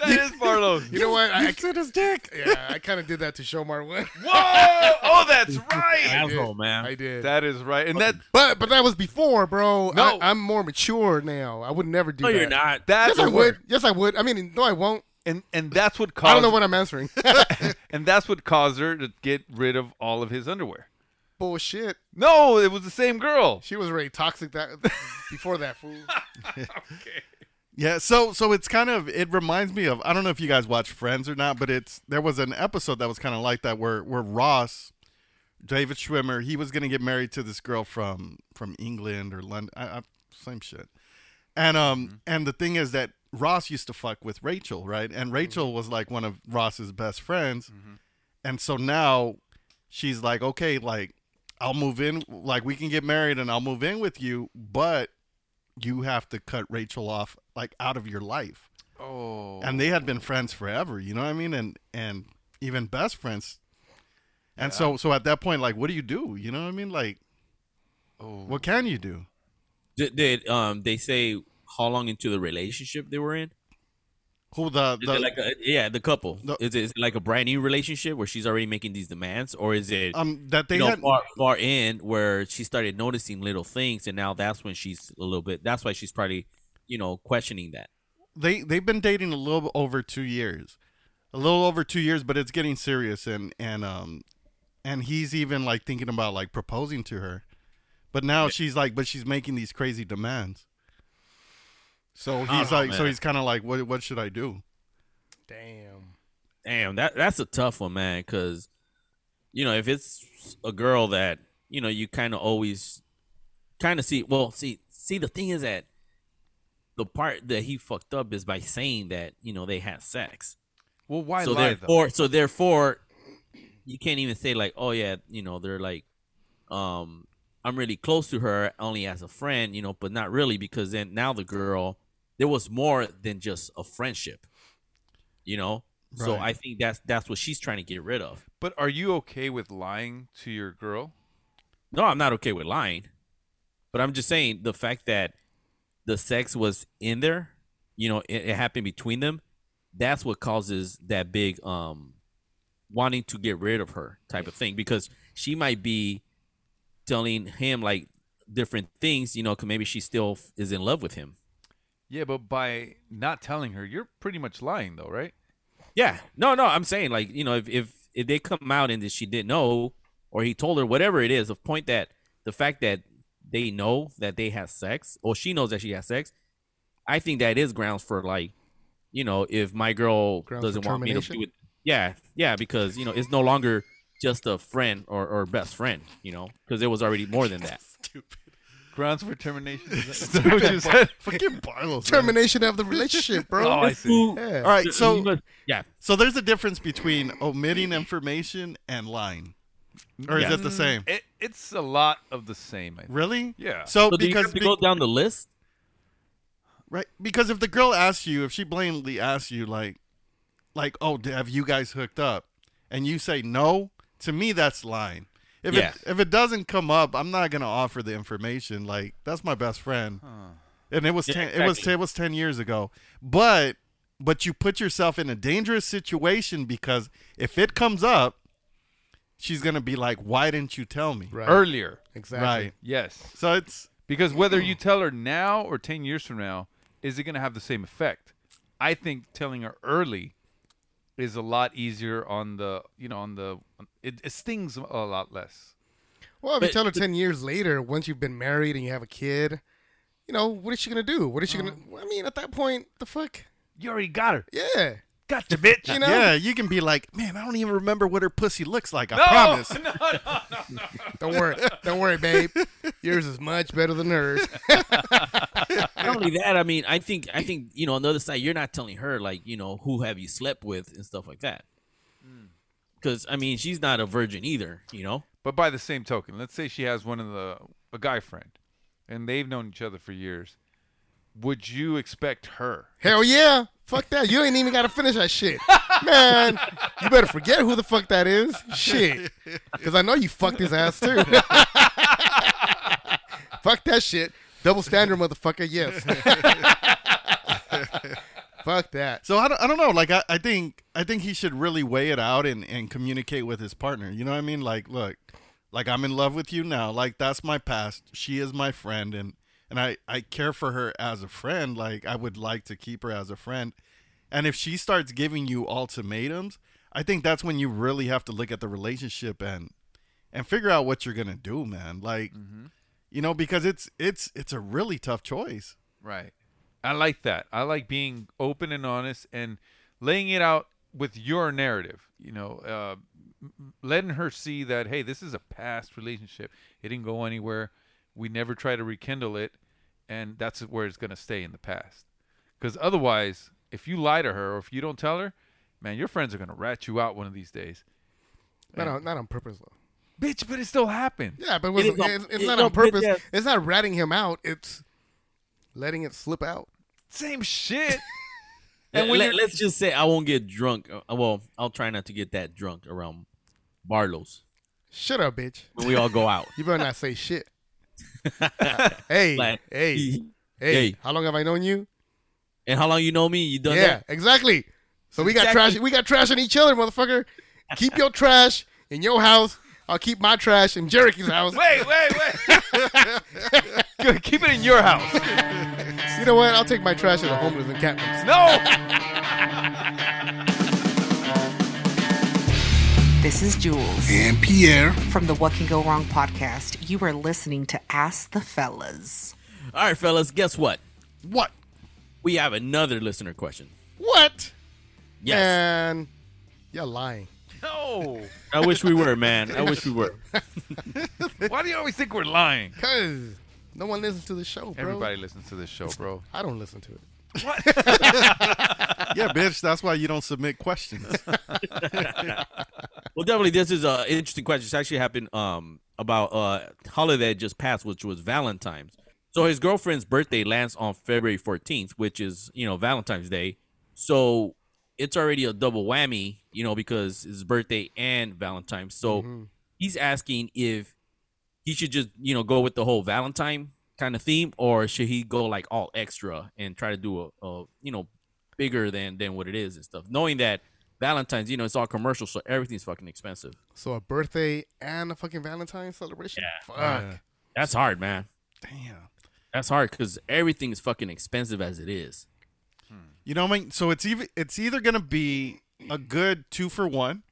Speaker 6: That is Barlow.
Speaker 7: You know what? I, I,
Speaker 5: Said his dick.
Speaker 7: yeah, I kind of did that to Shomar one.
Speaker 6: Whoa! Oh, that's right.
Speaker 8: asshole, man.
Speaker 7: I did.
Speaker 6: That is right. And that
Speaker 7: but but that was before, bro.
Speaker 6: No.
Speaker 7: I, I'm more mature now. I would never do
Speaker 8: no,
Speaker 7: that.
Speaker 8: you're not.
Speaker 6: that's
Speaker 7: Yes, I would. Yes, I would. I mean, no, I won't.
Speaker 6: And and that's what caused
Speaker 7: I don't know what I'm answering.
Speaker 6: and that's what caused her to get rid of all of his underwear.
Speaker 7: Bullshit.
Speaker 6: No, it was the same girl.
Speaker 7: She was already toxic that before that fool.
Speaker 5: Yeah, so so it's kind of it reminds me of I don't know if you guys watch Friends or not, but it's there was an episode that was kind of like that where where Ross, David Schwimmer, he was gonna get married to this girl from from England or London, I, I, same shit, and um
Speaker 8: Mm-hmm.
Speaker 5: and the thing is that Ross used to fuck with Rachel, right?
Speaker 8: Mm-hmm.
Speaker 5: And Rachel was like one of Ross's best friends, and so now she's like, okay, like I'll move in, like we can get married and I'll move in with you, but you have to cut Rachel off like out of your life. Oh. And they had been friends forever, you know what I mean? And and even best friends. And so so at that point like what do you do? You know what I mean? Like What can you do?
Speaker 8: Did, did um they say how long into the relationship they were in?
Speaker 5: Who the,
Speaker 8: Is
Speaker 5: the
Speaker 8: it like a, yeah, the couple.
Speaker 5: the-
Speaker 8: is, it, is it like a brand new relationship where she's already making these demands, or is it
Speaker 5: um that they
Speaker 8: you know
Speaker 5: had
Speaker 8: far far in where she started noticing little things, and now that's when she's a little bit. That's why she's probably you know questioning that.
Speaker 5: they they've been dating a little over 2 years. A little over 2 years, but it's getting serious and and um and he's even like thinking about like proposing to her. But now she's like but she's making these crazy demands. So he's like so
Speaker 8: Oh, man.
Speaker 5: he's kind of like what what should I do?
Speaker 7: Damn.
Speaker 8: Damn, that that's a tough one, man. Because you know, if it's a girl that you know, you kind of always kind of see. Well, see, see, the thing is that the part that he fucked up is by saying that you know they had sex.
Speaker 6: Well, why
Speaker 8: so
Speaker 6: lie though?
Speaker 8: therefore, so therefore, you can't even say like, oh yeah, you know, they're like, um, I'm really close to her only as a friend, you know, but not really because then now the girl, there was more than just a friendship, you know. So
Speaker 5: Right.
Speaker 8: I think that's that's what she's trying to get rid of.
Speaker 6: But are you okay with lying to your girl?
Speaker 8: No, I'm not okay with lying, but I'm just saying the fact that the sex was in there, you know, it, it happened between them. That's what causes that big um wanting to get rid of her type of thing because she might be telling him like different things, you know, 'cause maybe she still f- is in love with him.
Speaker 6: Yeah, but by not telling her, you're pretty much lying though, right?
Speaker 8: Yeah. No, no, I'm saying like, you know, if if, if they come out and that she didn't know or he told her whatever it is, the point that the fact that they know that they had sex or she knows that she had sex, I think that is grounds for like, you know, if my girl
Speaker 7: Grounds for
Speaker 8: doesn't want me to be
Speaker 7: termination?
Speaker 8: with Yeah, yeah, because you know, it's no longer just a friend or, or best friend, you know, because it was already more than that.
Speaker 6: Grounds for termination. Is that- is that what you said?
Speaker 5: Fucking Barlow's man.
Speaker 7: Termination of the relationship, bro.
Speaker 6: Oh, I see.
Speaker 7: yeah.
Speaker 5: All right, so
Speaker 8: Yeah.
Speaker 5: so there's a difference between omitting information and lying, or is it the same?
Speaker 6: It, it's a lot of the same. I think.
Speaker 5: Really?
Speaker 6: Yeah.
Speaker 5: So,
Speaker 8: So do you
Speaker 5: because
Speaker 8: have to
Speaker 5: be-
Speaker 8: go down the list?
Speaker 5: right because if the girl asks you, if she blatantly asks you, like, like, oh, d- have you guys hooked up? And you say no, to me that's lying. If
Speaker 8: Yeah.
Speaker 5: it if it doesn't come up, I'm not gonna offer the information. Like that's my best friend, and it was ten, it was
Speaker 8: exactly.
Speaker 5: it was ten years ago. But but you put yourself in a dangerous situation because if it comes up, she's gonna be like, why didn't you tell me?
Speaker 7: Right.
Speaker 6: Earlier,
Speaker 7: Exactly.
Speaker 5: Right.
Speaker 6: yes.
Speaker 5: So it's
Speaker 6: Because whether you tell her now or 10 years from now, is it going to have the same effect? I think telling her early is a lot easier on the, you know, on the, it, it stings a lot less.
Speaker 7: Well, if you
Speaker 8: But-
Speaker 7: tell her ten years later, once you've been married and you have a kid, you know what is she gonna do? What is she gonna? I mean, at that point, the fuck,
Speaker 6: You already got her.
Speaker 7: yeah,
Speaker 6: Gotcha, bitch.
Speaker 7: you know,
Speaker 5: Yeah, you can be like, man, I don't even remember what her pussy looks like. I
Speaker 6: No!
Speaker 5: promise.
Speaker 7: don't worry, don't worry, babe. Yours is much better than hers.
Speaker 8: not only that, I mean, I think, I think, you know, on the other side, you're not telling her like, you know, who have you slept with and stuff like that. Because I mean, she's not a virgin either, you know.
Speaker 6: But by the same token, let's say she has one of the a guy friend, and they've known each other for years. Would you expect her?
Speaker 7: Hell yeah, fuck that. You ain't even gotta finish that shit, man. You better forget who the fuck that is, shit, because I know you fucked his ass too. fuck that shit, double standard, motherfucker. Yes. fuck that.
Speaker 5: So I don't, I don't know. Like I, I think I think he should really weigh it out and, and communicate with his partner. You know what I mean? Like, look, like I'm in love with you now. Like that's my past. She is my friend and and I, I care for her as a friend. Like I would like to keep her as a friend. And if she starts giving you ultimatums, I think that's when you really have to look at the relationship and and figure out what you're gonna do, man. Like you know, because it's it's it's a really tough choice.
Speaker 6: Right. I like that. I like being open and honest and laying it out with your narrative. You know, uh, m- m- letting her see that hey, this is a past relationship. It didn't go anywhere. We never try to rekindle it, and that's where it's gonna stay in the past. Because otherwise, if you lie to her or if you don't tell her, man, your friends are gonna rat you out one of these days.
Speaker 7: Not on, not on purpose though.
Speaker 6: Bitch, but it still happened.
Speaker 7: Yeah, but it was,
Speaker 8: is on-
Speaker 7: it's, it's
Speaker 8: it-
Speaker 7: not
Speaker 8: no,
Speaker 7: on
Speaker 8: but
Speaker 7: purpose.
Speaker 8: yeah.
Speaker 7: It's not ratting him out. It's letting it slip out.
Speaker 6: Same shit.
Speaker 8: And
Speaker 6: when
Speaker 8: let,
Speaker 6: you're-
Speaker 8: us just say I won't get drunk. Uh, Well, I'll try not to get that drunk around Barlow's
Speaker 7: Shut up, bitch.
Speaker 8: when we all go out.
Speaker 7: You better not say shit. hey,
Speaker 8: Like,
Speaker 7: hey, hey,
Speaker 8: he- hey.
Speaker 7: How long have I known you?
Speaker 8: And how long you know me? You done
Speaker 7: yeah,
Speaker 8: that?
Speaker 7: exactly. So we got
Speaker 8: Exactly.
Speaker 7: trash. We got trash on each other, motherfucker. Keep your trash in your house. I'll keep my trash in Jericho's house.
Speaker 6: wait, wait, wait. Good, Keep it in your house.
Speaker 7: You know what? I'll take my trash to the homeless encampments.
Speaker 6: No.
Speaker 10: This is Jules. And Pierre. From the What Can Go Wrong podcast, you are listening to Ask the Fellas.
Speaker 8: All right, fellas, guess what?
Speaker 7: What?
Speaker 8: We have another listener question.
Speaker 7: What?
Speaker 8: Yes,
Speaker 7: And you're lying.
Speaker 6: No.
Speaker 8: I wish we were, man. I wish we were.
Speaker 6: Why do you always think we're lying?
Speaker 7: Cause no one listens to the show, bro.
Speaker 6: Everybody listens to this show, bro.
Speaker 7: I don't listen to it.
Speaker 5: Yeah, bitch, that's why you don't submit questions.
Speaker 8: Well, definitely, this is an interesting question. It's actually happened um, about uh, holiday that just passed, which was Valentine's. So his girlfriend's birthday lands on February 14th, which is you know Valentine's Day. So it's already a double whammy, you know, because it's his birthday and Valentine's. So he's asking if he should just you know go with the whole Valentine kind of theme, or should he go like all extra and try to do a, a you know bigger than than what it is and stuff, knowing that Valentine's, you know, it's all commercial, so everything's fucking expensive.
Speaker 7: So a birthday and a fucking Valentine's celebration. Fuck.
Speaker 8: Uh, That's hard, man.
Speaker 5: Damn.
Speaker 8: That's hard because everything is fucking expensive as it is.
Speaker 5: You know what I mean? So it's even it's either gonna be a good two for one,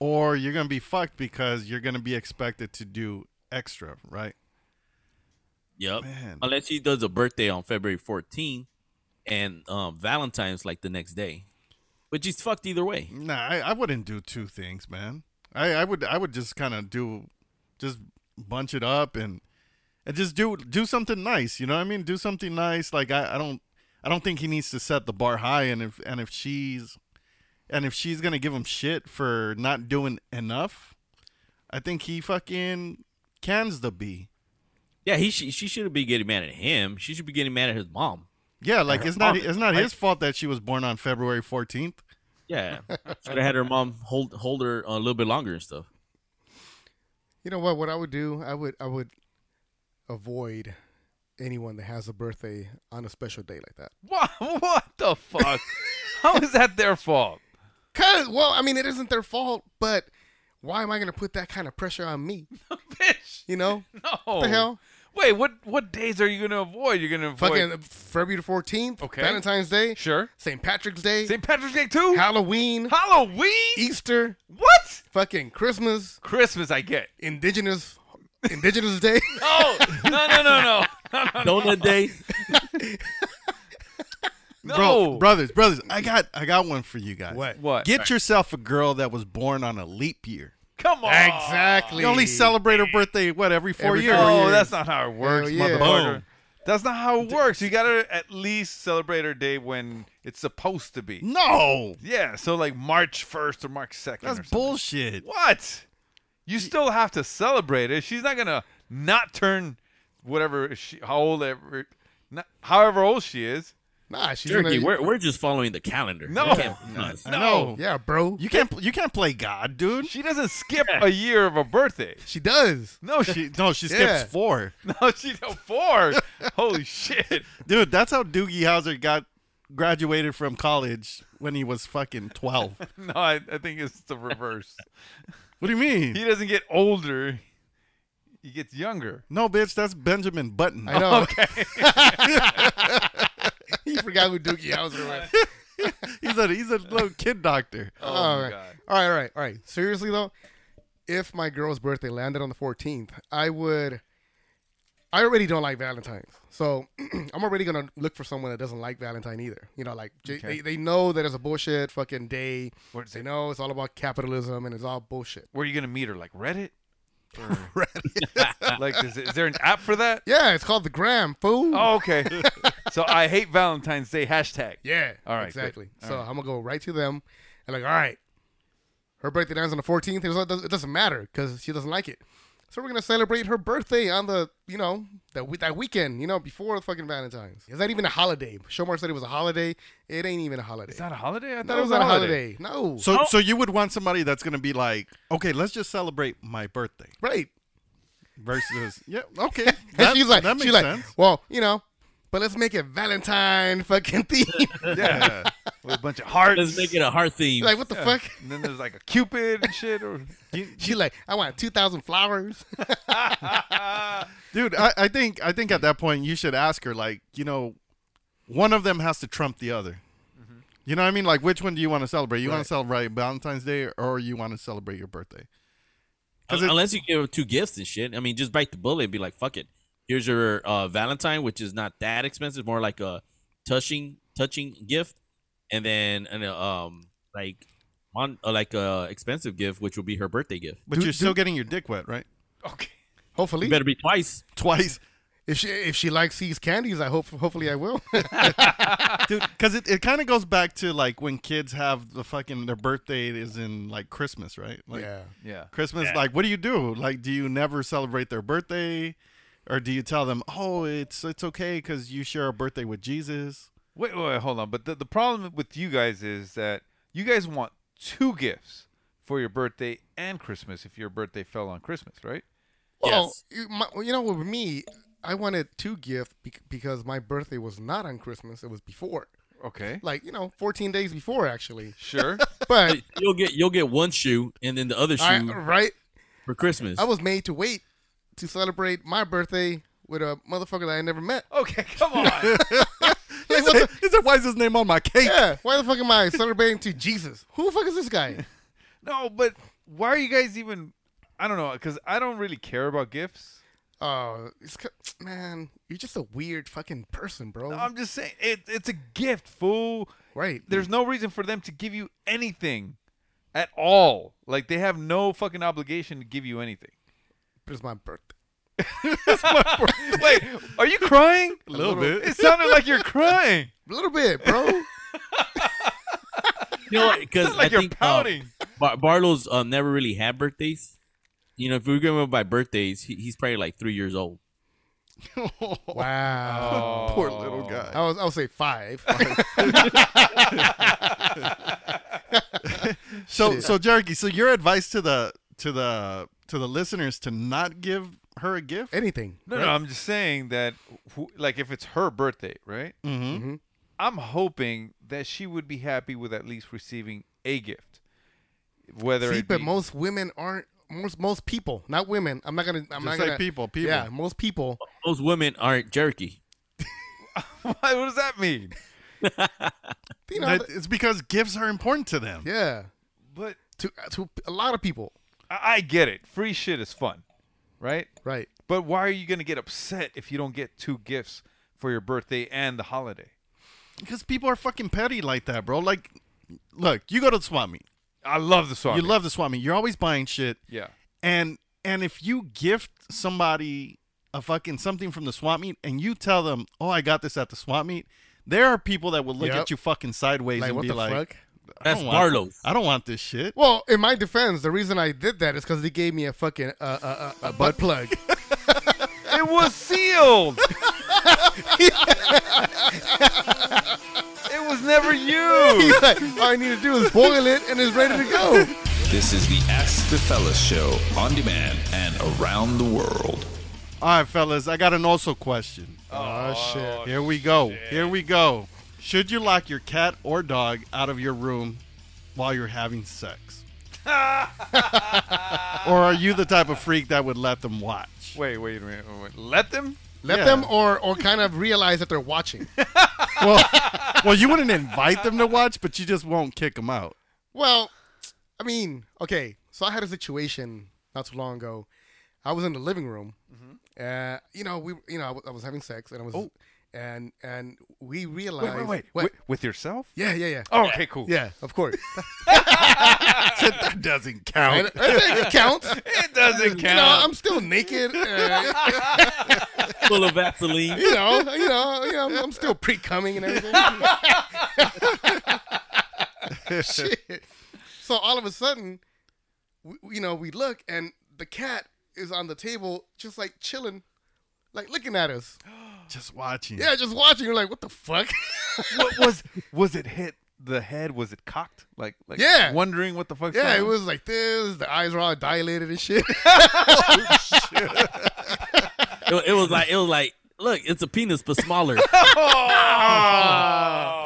Speaker 5: or you're gonna be fucked because you're gonna be expected to do extra, right?
Speaker 8: Yep.
Speaker 5: Man.
Speaker 8: Unless he does a birthday on February 14th and um, Valentine's like the next day, but he's fucked either way.
Speaker 5: Nah, I, I wouldn't do two things, man. I, I would I would just kind of do, just bunch it up and and just do do something nice. You know what I mean? Do something nice. Like I, I don't I don't think he needs to set the bar high. And if and if she's and if she's gonna give him shit for not doing enough, I think he fucking cans the bee.
Speaker 8: Yeah, he sh- she shouldn't be getting mad at him. She should be getting mad at his mom.
Speaker 5: Yeah, like it's not
Speaker 8: mom-
Speaker 5: it's not
Speaker 8: like-
Speaker 5: his fault that she was born on February fourteenth.
Speaker 8: Yeah, should have had her mom hold hold her a little bit longer and stuff.
Speaker 7: You know what? What I would do, I would I would avoid anyone that has a birthday on a special day like that.
Speaker 6: What? What the fuck? How is that their fault?
Speaker 7: Cause well, I mean, it isn't their fault, but why am I gonna put that kind of pressure on me?
Speaker 6: Bitch.
Speaker 7: You know?
Speaker 6: No.
Speaker 7: What the hell?
Speaker 6: Wait, what what days are you gonna avoid? You're gonna avoid
Speaker 7: Fucking February the 14th,
Speaker 6: Okay.
Speaker 7: Valentine's Day,
Speaker 6: Sure.
Speaker 7: St. Patrick's Day,
Speaker 6: St. Patrick's Day too.
Speaker 7: Halloween,
Speaker 6: Halloween.
Speaker 7: E Easter,
Speaker 6: what?
Speaker 7: fucking Christmas,
Speaker 6: Christmas I get.
Speaker 7: Indigenous Indigenous Day.
Speaker 6: Oh no no no no no no,
Speaker 8: Donut day.
Speaker 5: Bro,
Speaker 6: no.
Speaker 5: Oh, brothers, brothers, I got I got one for you guys.
Speaker 7: Oh. What?
Speaker 6: What?
Speaker 5: Get yourself a girl that was born on a leap year.
Speaker 6: Come on.
Speaker 7: Exactly.
Speaker 5: You only celebrate her birthday what every four
Speaker 7: Every
Speaker 5: years. Oh,
Speaker 7: four
Speaker 6: No,
Speaker 7: years.
Speaker 6: Oh, that's not how it works,
Speaker 7: Hell yeah.
Speaker 6: motherfucker.
Speaker 5: Boom.
Speaker 6: That's not how it works. You gotta at least celebrate her day when it's supposed to
Speaker 5: Mm.
Speaker 6: be.
Speaker 5: No,
Speaker 6: Yeah, so like March first or March second.
Speaker 5: that's bullshit.
Speaker 6: What? You still have to celebrate it. She's not gonna not turn whatever she, how old ever, not, however old she is.
Speaker 7: Nah, she's
Speaker 8: Jerky,
Speaker 7: gonna,
Speaker 8: we're, we're just following the calendar.
Speaker 6: No.
Speaker 8: We can't- no.
Speaker 5: No,
Speaker 7: Yeah, bro.
Speaker 5: you can't you can't play God, dude.
Speaker 6: She doesn't skip a year of her birthday.
Speaker 7: She does.
Speaker 6: No, she
Speaker 5: She, no, she skips
Speaker 7: Yeah.
Speaker 5: four.
Speaker 6: no, she's a four. Holy shit!
Speaker 5: Dude, that's how Doogie Howser got graduated from college when he was fucking 12. what
Speaker 6: No, I, I think it's the reverse.
Speaker 5: do you mean?
Speaker 6: He doesn't get older; he gets younger.
Speaker 5: No, bitch, that's Benjamin Button.
Speaker 7: I know. Okay. he forgot who Doogie Howser was.
Speaker 5: He's a he's a little kid doctor.
Speaker 6: Oh
Speaker 7: all
Speaker 6: my
Speaker 7: right.
Speaker 6: god!
Speaker 7: All right, all right, all right. Seriously though, if my girl's birthday landed on the 14th, I would I already don't like Valentine's. So, I'm already going to look for someone that doesn't like Valentine either. You know, like j they, they know that it's a bullshit fucking day.
Speaker 6: Where's
Speaker 7: They
Speaker 6: it-
Speaker 7: know it's all about capitalism and it's all bullshit.
Speaker 6: Where are you gonna meet her? Like Reddit? Or, like, is, it- is there an app for that?
Speaker 7: Yeah, it's called the gram, fool.
Speaker 6: Oh, okay. so I hate Valentine's Day hashtag.
Speaker 7: Yeah.
Speaker 6: All right,
Speaker 7: Exactly.
Speaker 6: good. All
Speaker 7: so I'm gonna go right to them and like, all right, her birthday lands on the 14th. It doesn't- It doesn't matter because she doesn't like it. So we're gonna celebrate her birthday on the, you know, that we- that weekend, you know, before fucking Valentine's. Is that even a holiday? Shomar said it was a holiday. It ain't even a holiday.
Speaker 6: It's not a holiday. I thought
Speaker 7: no, it was
Speaker 6: a
Speaker 7: not a
Speaker 6: holiday.
Speaker 7: holiday. No.
Speaker 5: So so you would want somebody that's going to be like, "Okay, let's just celebrate my birthday."
Speaker 7: right.
Speaker 5: Versus, yeah, okay.
Speaker 7: And
Speaker 5: That-
Speaker 7: she's like,
Speaker 5: that makes
Speaker 7: she's like,
Speaker 5: sense.
Speaker 7: well, you know, but let's make it Valentine fucking theme.
Speaker 6: Yeah, with a bunch of hearts.
Speaker 8: Let's make it a heart theme.
Speaker 7: like, what the fuck?
Speaker 6: And then there's like a cupid and shit. Or
Speaker 7: She like, I want 2,000 flowers.
Speaker 5: Dude, I, I think I think at that point you should ask her like, you know, one of them has to trump the other. You know what I mean? Like, which one do you want to celebrate? You want to celebrate Valentine's Day, or you want to celebrate your birthday?
Speaker 8: Un- Unless you give her two gifts and shit. I mean, just bite the bullet and be like, fuck it. Here's your uh, Valentine, which is not that expensive, more like a touching touching gift, and then and a, um like on uh, like a expensive gift, which will be her birthday gift.
Speaker 5: But you're still getting your dick wet, right?
Speaker 6: okay.
Speaker 7: Hopefully.
Speaker 8: It better be twice.
Speaker 5: Twice,
Speaker 7: If she if she likes these candies, I hope hopefully I will.
Speaker 5: dude. Because it, it kind of goes back to like when kids have the fucking their birthday is in like Christmas, right? Like,
Speaker 6: Yeah.
Speaker 5: Christmas, like, what do you do? Like, do you never celebrate their birthday, or do you tell them, "Oh, it's it's okay because you share a birthday with Jesus"?
Speaker 6: Wait, wait, wait, hold on. But the, the problem with you guys is that you guys want two gifts for your birthday and Christmas if your birthday fell on Christmas, right?
Speaker 7: Well,
Speaker 8: Yes.
Speaker 7: you- my, well, you know, with me, I wanted two gift bec- because my birthday was not on Christmas; it was before,
Speaker 6: Okay.
Speaker 7: like you know, fourteen days before actually.
Speaker 6: Sure.
Speaker 7: But
Speaker 8: You'll get you'll get one shoe and then the other shoe
Speaker 7: I, right,
Speaker 8: for Christmas.
Speaker 7: I was made to wait to celebrate my birthday with a motherfucker that I never met.
Speaker 6: okay, come on.
Speaker 5: He said, he said, "Why is his name on my cake?"
Speaker 7: Yeah, why the fuck am I celebrating to Jesus? Who the fuck is this guy?
Speaker 6: no, but why are you guys even? I don't know, because I don't really care about gifts.
Speaker 7: Oh, it's, c- man, you're just a weird fucking person, bro.
Speaker 6: I'm just saying it, it's a gift, fool.
Speaker 7: right.
Speaker 6: There's no reason for them to give you anything at all. Like they have no fucking obligation to give you anything.
Speaker 7: It's my birthday.
Speaker 6: Wait, are you crying?
Speaker 5: a little bit.
Speaker 6: It sounded like you're crying.
Speaker 7: A little bit, bro.
Speaker 8: you know, because
Speaker 6: like
Speaker 8: I
Speaker 6: you're
Speaker 8: think uh,
Speaker 6: pouting.
Speaker 8: Bar- Barlow's uh, never really had birthdays. You know, if we are going by birthdays, he, he's probably like three years old.
Speaker 7: wow.
Speaker 5: Oh. Poor little guy.
Speaker 7: I was I would say five.
Speaker 5: So, so Jerky, so your advice to the to the to the listeners to not give her a gift?
Speaker 7: Anything.
Speaker 6: No, no, I'm just saying that, who, like, if it's her birthday, right? Mm-hmm. I'm hoping that she would be happy with at least receiving a gift, whether
Speaker 7: See,
Speaker 6: it
Speaker 7: but
Speaker 6: be-
Speaker 7: most women aren't. most most people, not women. I'm not gonna.
Speaker 5: Just
Speaker 7: I'm not
Speaker 5: say
Speaker 7: gonna.
Speaker 5: people, people.
Speaker 7: Yeah, most people.
Speaker 8: Those women aren't jerky.
Speaker 6: what does that mean?
Speaker 7: You know.
Speaker 5: That- it's because gifts are important to them.
Speaker 7: yeah.
Speaker 6: But
Speaker 7: To to a lot of people.
Speaker 6: I, I get it. Free shit is fun, right?
Speaker 7: Right.
Speaker 6: But why are you gonna get upset if you don't get two gifts for your birthday and the holiday?
Speaker 5: Because people are fucking petty like that, bro. Like, look, you go to the swap meet.
Speaker 6: I love the song.
Speaker 5: You love the swap meet. You're always buying shit.
Speaker 6: yeah.
Speaker 5: And and if you gift somebody a fucking something from the swap meet and you tell them, "Oh, I got this at the swap meet," there are people that will look
Speaker 7: Yep.
Speaker 5: at you fucking sideways
Speaker 7: Like
Speaker 5: and
Speaker 7: what
Speaker 5: be
Speaker 7: the
Speaker 5: like,
Speaker 7: fuck?
Speaker 5: I don't
Speaker 8: That's
Speaker 5: want-
Speaker 8: Barlow's.
Speaker 5: I don't want this shit."
Speaker 7: Well, in my defense, the reason I did that is because they gave me a fucking uh, uh, uh, a butt plug.
Speaker 6: It was sealed. it was never used.
Speaker 7: He's like, all I need to do is boil it and it's ready to go.
Speaker 1: This is the Ask the Fellas show on demand and around the world.
Speaker 5: All right, fellas, I got an also question.
Speaker 7: Oh shit!
Speaker 5: Here we go. Here we go. Should you lock your cat or dog out of your room while you're having sex? or are you the type of freak that would let them watch?
Speaker 6: Wait, wait, wait, wait, wait. Let them?
Speaker 7: Let
Speaker 5: Yeah.
Speaker 7: them or or kind of realize that they're watching.
Speaker 5: Well, well, you wouldn't invite them to watch, but you just won't kick them out.
Speaker 7: Well, I mean, okay. So I had a situation not too long ago. I was in the living room.
Speaker 6: Mm-hmm.
Speaker 7: Uh, you know, we, you know, I wa- I was having sex, and I was, and and we realized.
Speaker 6: Oh. Wait, wait, wait.
Speaker 7: What?
Speaker 6: Wi- with yourself?
Speaker 7: Uh, yeah, yeah, yeah.
Speaker 6: Oh, okay, cool.
Speaker 7: Yeah, of course.
Speaker 5: that doesn't count.
Speaker 7: And I think it counts.
Speaker 6: It doesn't
Speaker 7: You
Speaker 6: count.
Speaker 7: know, I'm still naked. uh,
Speaker 8: Full of Vaseline.
Speaker 7: you know, you know, you know, I'm, I'm still pre coming and everything. Shit. So all of a sudden, we, you know, we look and the cat is on the table, just like chilling, like looking at us.
Speaker 5: Just watching.
Speaker 7: Yeah, just watching. You're like, what the fuck?
Speaker 6: what was was it hit the head? Was it cocked? Like, like
Speaker 7: Yeah.
Speaker 6: wondering what the fuck's
Speaker 7: yeah,
Speaker 6: going
Speaker 7: it
Speaker 6: on?
Speaker 7: was like this. The eyes were all dilated and shit.
Speaker 8: It, it was like it was like look, it's a penis but smaller.
Speaker 6: Oh!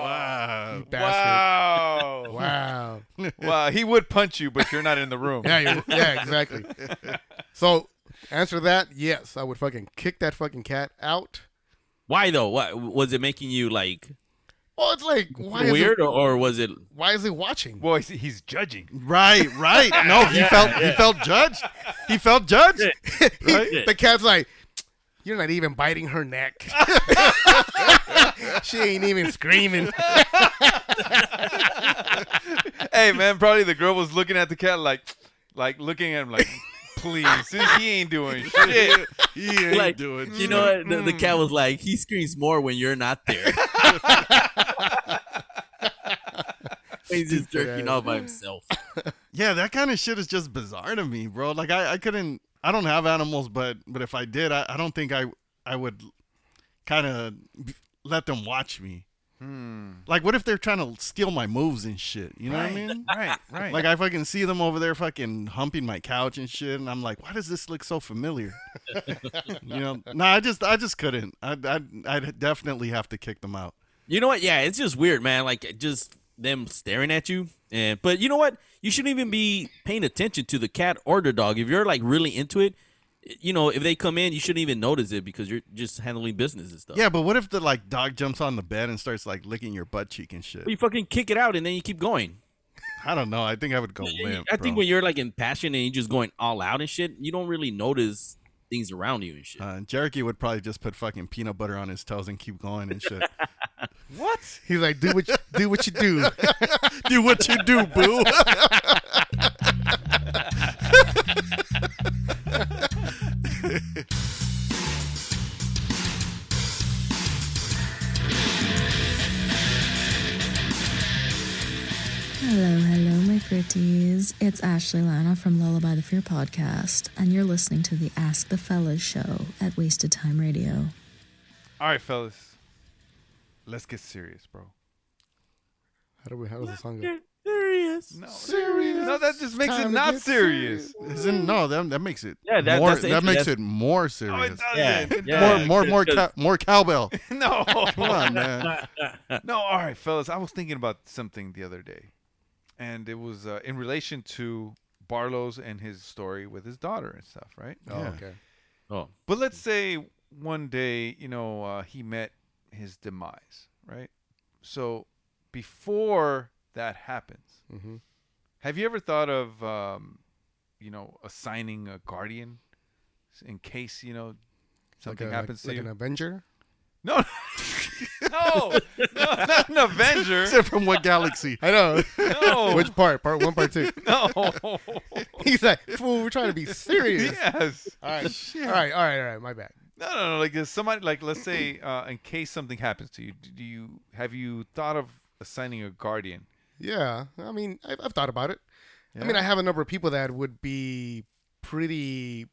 Speaker 5: Wow.
Speaker 7: Bastard.
Speaker 6: Wow.
Speaker 7: Wow.
Speaker 6: wow. He would punch you, but you're not in the room.
Speaker 7: Yeah, you yeah, exactly. So answer to that, yes, I would fucking kick that fucking cat out.
Speaker 8: Why though? What was it making you like
Speaker 7: Well, it's like why is it-
Speaker 8: weird or, or was it
Speaker 7: why is he watching?
Speaker 6: Boy, he's, he's judging.
Speaker 5: Right, right. No, Oh, he felt he felt judged. He felt judged.
Speaker 8: Yeah.
Speaker 7: the cat's like, you're not even biting her neck. she ain't even screaming.
Speaker 6: hey, man, probably the girl was looking at the cat like, like looking at him like, please, this- he ain't doing shit.
Speaker 5: He ain't
Speaker 8: like
Speaker 5: doing
Speaker 8: you know what
Speaker 7: Hmm.
Speaker 8: the, the cat was like he screams more when you're not there he's just jerking all by himself
Speaker 5: Yeah, that kind of shit is just bizarre to me, bro. Like I, I couldn't I don't have animals, but but if I did, I, I don't think I I would kind of let them watch me. Like what if they're trying to steal my moves and shit? You know what I mean?
Speaker 6: Hmm. Right, right.
Speaker 5: Like I fucking see them over there fucking humping my couch and shit, and I'm like, why does this look so familiar? you know? No, I just I just couldn't. I I I'd definitely have to kick them out.
Speaker 8: you know what yeah it's just weird man like just them staring at you and but you know what you shouldn't even be paying attention to the cat or the dog if you're like really into it you know if they come in you shouldn't even notice it because you're just handling business and stuff
Speaker 5: Yeah, but what if the like dog jumps on the bed and starts like licking your butt cheek and shit?
Speaker 8: you fucking kick it out and then you keep going
Speaker 5: I don't know. I think I would go limp.
Speaker 8: I think
Speaker 5: bro.
Speaker 8: when you're like in passion and you're just going all out and shit, you don't really notice things around you and shit.
Speaker 5: Uh, Jericho would probably just put fucking peanut butter on his toes and keep going and shit.
Speaker 6: what?
Speaker 7: He's like, do what you, do what you do.
Speaker 5: do what you do, boo.
Speaker 11: Hello, hello, my pretties. It's Ashley Lana from Lullaby the Fear podcast, and you're listening to the Ask the Fellas show at Wasted Time Radio.
Speaker 6: All right, fellas. Let's get serious, bro.
Speaker 7: How do we? How does the song go?
Speaker 8: Serious.
Speaker 6: No, serious. No, that just makes it not serious.
Speaker 5: Isn't no that, that makes it
Speaker 8: Yeah, that-
Speaker 5: more,
Speaker 8: that's the
Speaker 5: that
Speaker 8: intro,
Speaker 5: makes
Speaker 8: that's- Oh,
Speaker 5: it more
Speaker 6: No, it
Speaker 5: serious.
Speaker 6: doesn't. It
Speaker 8: yeah.
Speaker 5: more more more
Speaker 8: Good,
Speaker 5: cow, more cowbell.
Speaker 6: No.
Speaker 5: Come on, man.
Speaker 6: No, all right, fellas. I was thinking about something the other day, and it was uh, in relation to Barlow's and his story with his daughter and stuff, right?
Speaker 7: Oh, Yeah. okay.
Speaker 8: Oh.
Speaker 6: But let's say one day, you know, uh, he met his demise, right? So before that happens,
Speaker 7: Mm-hmm.
Speaker 6: have you ever thought of, um, you know, assigning a guardian in case, you know, something
Speaker 7: like a,
Speaker 6: happens
Speaker 7: like,
Speaker 6: to
Speaker 7: like
Speaker 6: you?
Speaker 7: an Avenger.
Speaker 6: No. no, no, not an Avenger.
Speaker 5: Except from what galaxy?
Speaker 7: I know.
Speaker 6: No.
Speaker 7: Which part? Part one, part two.
Speaker 6: No.
Speaker 7: He's like, fool, we're trying to be serious.
Speaker 6: yes.
Speaker 7: All right. All right. All right. All right. My bad.
Speaker 6: No, no, no. Like there's somebody, like let's say, uh, in case something happens to you, d- do you have you thought of assigning a guardian?
Speaker 7: Yeah, I mean, I've, I've thought about it. I mean, I have a number of people that would be pretty,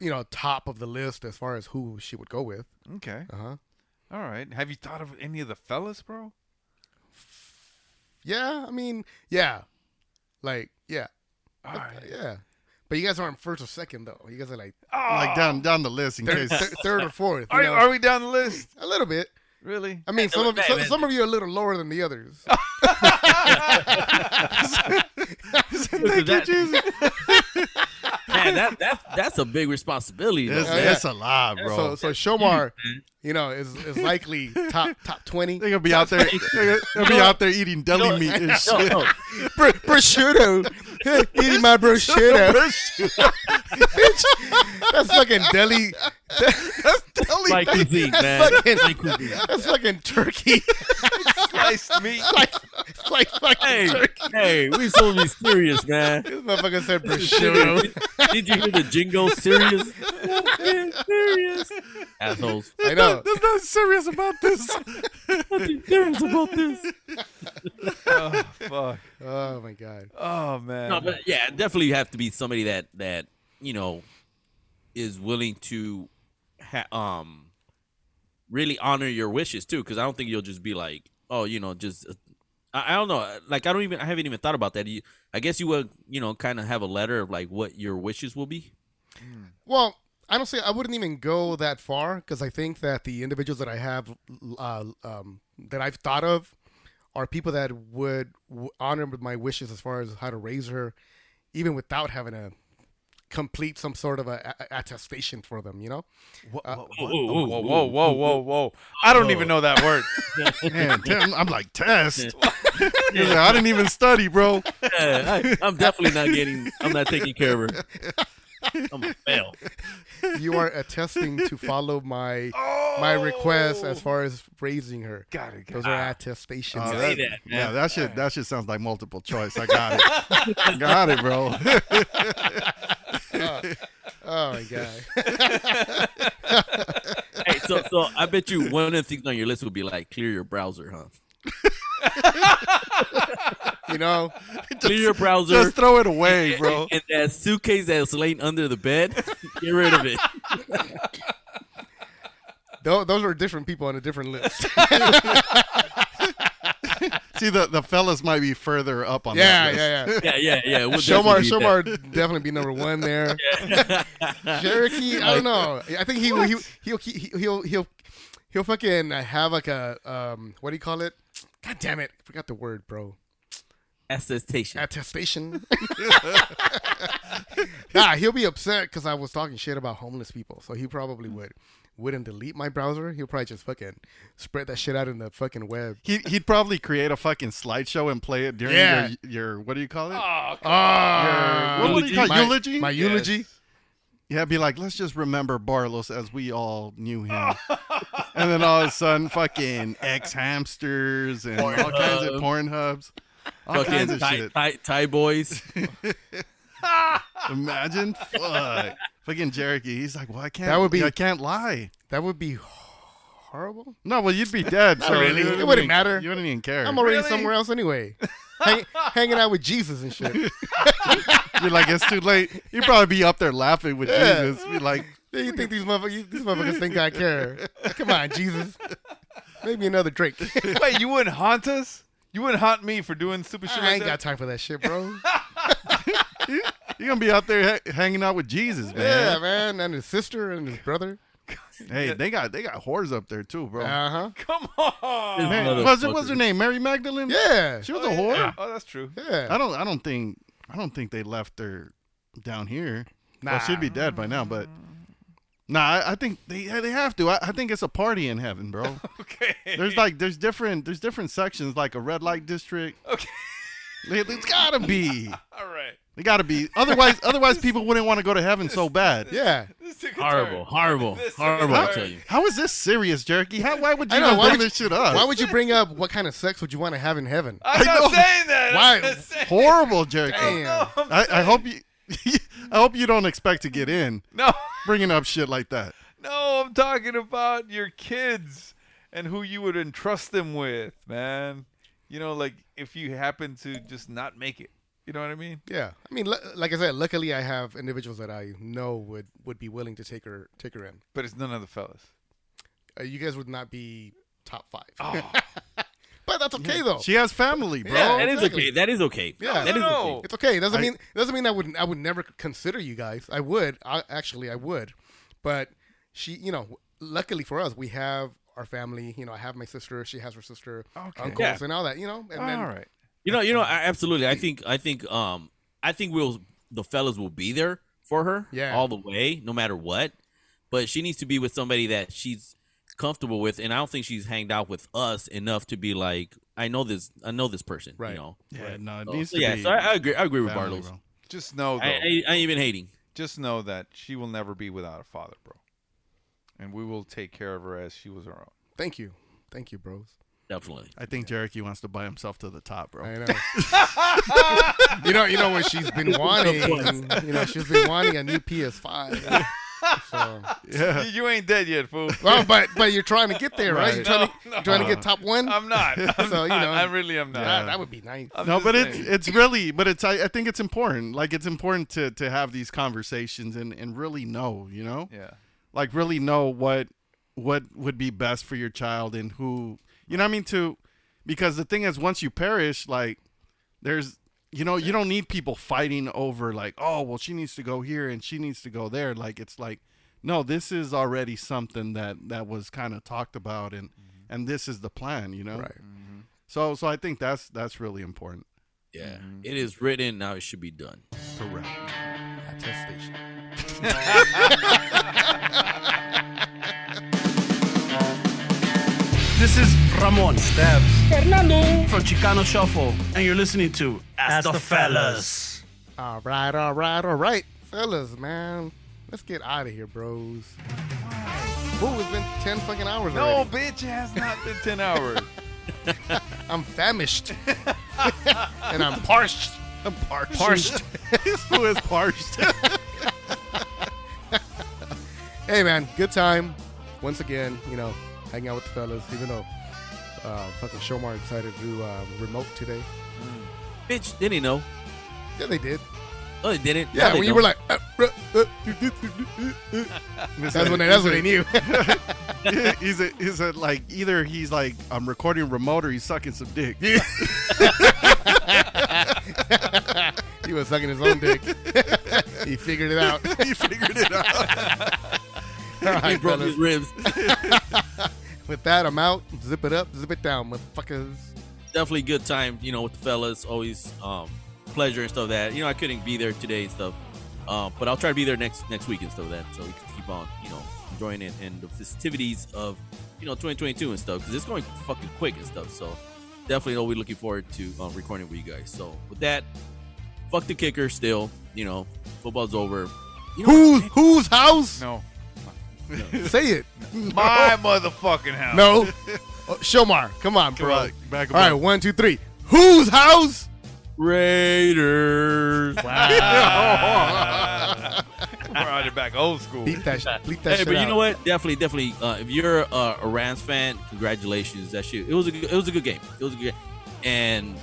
Speaker 7: you know, top of the list as far as who she would go with.
Speaker 6: Okay.
Speaker 7: Uh huh.
Speaker 6: All right. Have you thought of any of the fellas, bro?
Speaker 7: Yeah, I mean, yeah, like yeah,
Speaker 6: All right.
Speaker 7: yeah. But you guys aren't first or second though. You guys are like
Speaker 5: Like
Speaker 8: Oh.
Speaker 5: down down the list in
Speaker 7: third,
Speaker 5: case.
Speaker 7: thir- third or fourth. you
Speaker 6: Ah, Are,
Speaker 7: know?
Speaker 6: are we down the list?
Speaker 7: a little bit.
Speaker 6: Really?
Speaker 7: I mean, some of some, some of you are a little lower than the others.
Speaker 8: Thank that, you, Jesus. man, that, that, that's a big responsibility. Though,
Speaker 5: It's,
Speaker 7: Yeah.
Speaker 5: it's a lie, bro.
Speaker 7: So so Shomar, you know, is is likely top top twenty.
Speaker 5: they're gonna be out there. They're gonna be out there eating deli meat and shit.
Speaker 7: Oh. Br- prosciutto. Eating my prosciutto. Bitch, that's fucking deli. That's deli.
Speaker 8: Like cuisine, man.
Speaker 7: That's fucking,
Speaker 8: Like cuisine.
Speaker 7: that's fucking turkey.
Speaker 6: Sliced meat.
Speaker 7: like, it's like fucking
Speaker 8: Hey,
Speaker 7: turkey.
Speaker 8: hey, we supposed to be serious, man.
Speaker 7: This motherfucker said prosciutto.
Speaker 8: Did you hear the jingo? Serious, serious assholes.
Speaker 7: I know.
Speaker 5: There's nothing serious about this.
Speaker 8: Nothing serious about this.
Speaker 6: oh, fuck.
Speaker 7: Oh my god.
Speaker 6: Oh man.
Speaker 8: No, but yeah, definitely you have to be somebody that that you know is willing to ha- um really honor your wishes too. Because I don't think you'll just be like, oh, you know, just uh, I, I don't know. Like I don't even I haven't even thought about that. You, I guess you would you know kind of have a letter of like what your wishes will be.
Speaker 7: Well, I don't say I wouldn't even go that far because I think that the individuals that I have uh, um, that I've thought of are people that would w- honor my wishes as far as how to raise her, even without having to complete some sort of a, a- attestation for them. You know,
Speaker 6: Wha-
Speaker 7: uh,
Speaker 6: wha- wha- whoa, whoa, whoa, whoa, whoa, whoa! I don't even know that word.
Speaker 5: Man, damn, I'm like test. He's like, I didn't even study, bro.
Speaker 8: Yeah, I, I'm definitely not getting. I'm not taking care of her. I'm a fail.
Speaker 7: you are attesting to follow my my request as far as raising her.
Speaker 6: Got it. Got
Speaker 7: Those
Speaker 6: it.
Speaker 7: are attestations.
Speaker 5: Oh,
Speaker 8: Say that, man.
Speaker 5: Yeah, that shit. That shit sounds like multiple choice. I got it. got it, bro.
Speaker 7: oh my god!
Speaker 8: Hey, so so I bet you one of the things on your list would be like clear your browser, huh?
Speaker 7: you know,
Speaker 8: clear your browser.
Speaker 5: Just throw it away, bro.
Speaker 8: and that suitcase that's laying under the bed, get rid of it.
Speaker 7: tho- those are different people on a different list.
Speaker 5: See, the the fellas might be further up on
Speaker 7: yeah,
Speaker 5: that. list.
Speaker 7: yeah, yeah.
Speaker 8: Yeah, yeah, yeah. it would
Speaker 7: Shomar,
Speaker 8: definitely be
Speaker 7: Shomar definitely be number one there. Cherokee, I don't know. I think he he he'll he'll he'll he'll, he'll fucking uh, have like a um what do you call it? God damn it, I forgot the word, bro.
Speaker 8: that. Attestation.
Speaker 7: Attestation. nah, he'll be upset because I was talking shit about homeless people, so he probably would wouldn't delete my browser. He'll probably just fucking spread that shit out in the fucking web.
Speaker 5: He, he'd probably create a fucking slideshow and play it during
Speaker 7: Yeah.
Speaker 5: your, your what do you call it?
Speaker 8: Oh,
Speaker 7: Ah,
Speaker 5: Your- what do you call it?
Speaker 7: my,
Speaker 5: Eulogy?
Speaker 7: My
Speaker 5: Yes.
Speaker 7: eulogy.
Speaker 5: Yeah, be like, let's just remember Barlos as we all knew him.
Speaker 8: Oh.
Speaker 5: and then all of a sudden, fucking ex hamsters and all kinds of porn hubs. All kinds
Speaker 8: Fucking
Speaker 5: of
Speaker 8: Thai,
Speaker 5: shit.
Speaker 8: Thai, Thai boys.
Speaker 5: Imagine, fuck, fucking Jericho. He's like, well, I can't.
Speaker 7: That would be-
Speaker 5: I can't lie.
Speaker 7: That would be horrible.
Speaker 5: No, well, you'd be dead. so
Speaker 7: really.
Speaker 5: you
Speaker 7: It wouldn't
Speaker 5: even-
Speaker 7: matter.
Speaker 5: You wouldn't even care.
Speaker 7: I'm already somewhere else anyway. Hang, hanging out with Jesus and shit.
Speaker 5: You're like, it's too late. You'd probably be up there laughing with
Speaker 7: Yeah.
Speaker 5: Jesus. Be like,
Speaker 7: Do you think these motherfuckers, these motherfuckers think I care? Come on, Jesus. Maybe another drink.
Speaker 6: Wait, you wouldn't haunt us? You wouldn't haunt me for doing stupid shit
Speaker 7: I
Speaker 6: like
Speaker 7: ain't got
Speaker 6: that?
Speaker 7: time for that shit, bro.
Speaker 5: you're gonna be out there ha- hanging out with Jesus,
Speaker 7: Yeah,
Speaker 5: man.
Speaker 7: man. And his sister and his brother.
Speaker 5: Hey, they got they got whores up there too, bro.
Speaker 7: Uh huh.
Speaker 6: Come on.
Speaker 5: Man,
Speaker 8: Motherfucker.
Speaker 5: what's, what's her name? Mary Magdalene.
Speaker 7: Yeah.
Speaker 5: she was a whore.
Speaker 6: Oh, that's true.
Speaker 7: Yeah.
Speaker 5: I don't. I don't think I don't think they left her down here. Well, she'd be dead by now, but nah, I, I think they they have to. I, I think it's a party in heaven, bro. okay. There's like there's different there's different sections like a red light district.
Speaker 6: Okay.
Speaker 5: It, it's gotta be.
Speaker 6: All right.
Speaker 5: They gotta be. Otherwise, otherwise people wouldn't want to go to heaven so bad.
Speaker 7: Yeah.
Speaker 6: This took a
Speaker 8: Horrible,
Speaker 6: turn.
Speaker 8: horrible,
Speaker 6: This took a
Speaker 8: horrible. I
Speaker 6: turn.
Speaker 8: tell you.
Speaker 5: How is this serious, Jerky? How why would you
Speaker 7: I know,
Speaker 5: even
Speaker 7: why
Speaker 5: bring
Speaker 7: would-
Speaker 5: this shit up?
Speaker 7: Why would you bring up what kind of sex would you want to have in heaven?
Speaker 6: I'm not saying that.
Speaker 7: Why?
Speaker 6: I'm just saying-
Speaker 5: Horrible, Jerky.
Speaker 7: Damn.
Speaker 6: I'm
Speaker 5: I, I
Speaker 6: saying-
Speaker 5: hope you. I hope you don't expect to get in
Speaker 6: No,
Speaker 5: bringing up shit like that.
Speaker 6: no, I'm talking about your kids and who you would entrust them with, man. You know, like if you happen to just not make it. You know what I mean?
Speaker 7: Yeah, I mean, lu- like I said, luckily I have individuals that I know would would be willing to take her take her in.
Speaker 6: But it's none of the fellas.
Speaker 7: Uh, you guys would not be top five, but that's okay though.
Speaker 5: She has family, bro.
Speaker 7: Yeah,
Speaker 8: That is
Speaker 7: exactly.
Speaker 8: okay. That is okay.
Speaker 7: Yeah.
Speaker 8: that is
Speaker 6: No, no,
Speaker 8: okay.
Speaker 6: no.
Speaker 7: It's okay. It doesn't
Speaker 5: I-
Speaker 7: mean it doesn't mean I would I would never consider you guys. I would. I actually I would, but she, you know, luckily for us, we have our family. You know, I have my sister. She has her sister, uncles,
Speaker 8: Yeah.
Speaker 7: and all that. You know, and then
Speaker 6: All right.
Speaker 8: You know, you know, I, absolutely. I think, I think, um, I think we'll the fellas will be there for her,
Speaker 7: Yeah.
Speaker 8: all the way, no matter what. But she needs to be with somebody that she's comfortable with, and I don't think she's hanged out with us enough to be like, I know this, I know this person,
Speaker 7: Right.
Speaker 8: you know.
Speaker 5: Yeah, no, it
Speaker 8: So,
Speaker 5: needs
Speaker 8: so
Speaker 5: to
Speaker 8: yeah,
Speaker 5: be.
Speaker 8: so I, I agree. I agree with
Speaker 5: family,
Speaker 8: Bartles.
Speaker 5: bro.
Speaker 6: Just know though.
Speaker 8: I, I, I ain't even hating.
Speaker 6: just know that she will never be without a father, bro. And we will take care of her as she was our own.
Speaker 7: thank you, thank you, bros.
Speaker 8: Definitely.
Speaker 5: I think Jericho wants to buy himself to the top, bro.
Speaker 7: I know. you know, you know what she's been wanting. you know, she's been wanting a new PS5. So,
Speaker 5: Yeah.
Speaker 6: You, you ain't dead yet, fool.
Speaker 7: well, but but you're trying to get there, right? You're trying, to,
Speaker 6: No, no.
Speaker 7: trying to get top one.
Speaker 6: I'm not. I'm
Speaker 7: So, you
Speaker 6: not.
Speaker 7: know.
Speaker 6: I really am not.
Speaker 7: That, that would be nice.
Speaker 6: I'm
Speaker 5: No,
Speaker 6: just
Speaker 5: but it's
Speaker 6: saying.
Speaker 5: it's really, but it's I, I think it's important. Like it's important to to have these conversations and and really know, you know,
Speaker 6: yeah.
Speaker 5: like really know what what would be best for your child and who, you know, what I mean to, because the thing is, once you perish, like there's you know you don't need people fighting over like oh well she needs to go here and she needs to go there like it's like no this is already something that that was kind of talked about and and this is the plan you know
Speaker 7: Right.
Speaker 5: so so i think that's that's really important
Speaker 8: Yeah,
Speaker 5: Mm-hmm.
Speaker 8: It is written. Now it should be done.
Speaker 5: correct
Speaker 7: Attestation.
Speaker 12: This is Ramon Stabs Fernando from Chicano Shuffle, and you're listening to Ask, the Fellas.
Speaker 7: All right, all right, all right, fellas, man, let's get out of here, bros. Fool, it's been ten fucking hours
Speaker 6: No,
Speaker 7: already.
Speaker 6: bitch, it has not been 10 hours.
Speaker 7: I'm famished, and I'm parched. I'm parched. Parched.
Speaker 5: who is parched
Speaker 7: hey man, good time. Once again, you know, hanging out with the fellas, even though uh, fucking Shomar decided to do um, remote today.
Speaker 8: Bitch, they didn't know.
Speaker 7: Yeah, they did.
Speaker 8: Oh, they didn't.
Speaker 7: Yeah,
Speaker 8: No, they
Speaker 7: when you
Speaker 8: don't.
Speaker 7: were like, uh, uh, uh, that's when they, that's when they knew.
Speaker 5: he's a he's a like either he's like i'm recording remote or he's sucking some dick
Speaker 7: he was sucking his own dick. he figured it out.
Speaker 5: he figured it out
Speaker 7: All
Speaker 8: he
Speaker 7: right,
Speaker 8: broke his
Speaker 7: fellas.
Speaker 8: ribs.
Speaker 7: With that, I'm out. Zip it up, zip it down, motherfuckers.
Speaker 8: definitely good time, you know, with the fellas. Always um, pleasure and stuff that. You know, I couldn't be there today and stuff, um, but I'll try to be there next next week and stuff that. So we can keep on, you know, enjoying it and the festivities of, you know, 2022 and stuff because it's going fucking quick and stuff. So definitely, you know, we're looking forward to um, recording with you guys. So with that, fuck the kicker. Still, you know, football's over. You know,
Speaker 7: Who's whose house?
Speaker 6: no.
Speaker 7: Say it.
Speaker 6: My motherfucking house.
Speaker 7: No. Oh, Shomar, come on,
Speaker 5: Come
Speaker 7: bro.
Speaker 5: on, back him
Speaker 7: All right,
Speaker 5: up.
Speaker 7: one, two, three. Whose house?
Speaker 8: Raiders.
Speaker 5: Ah.
Speaker 6: We're out back old school.
Speaker 7: Bleep that, sh- bleep that
Speaker 8: Hey,
Speaker 7: shit
Speaker 8: but you
Speaker 7: out.
Speaker 8: know what? Definitely, definitely. Uh, if you're uh, a Rams fan, congratulations. That shit. It was a good, it was a good game. It was a good. And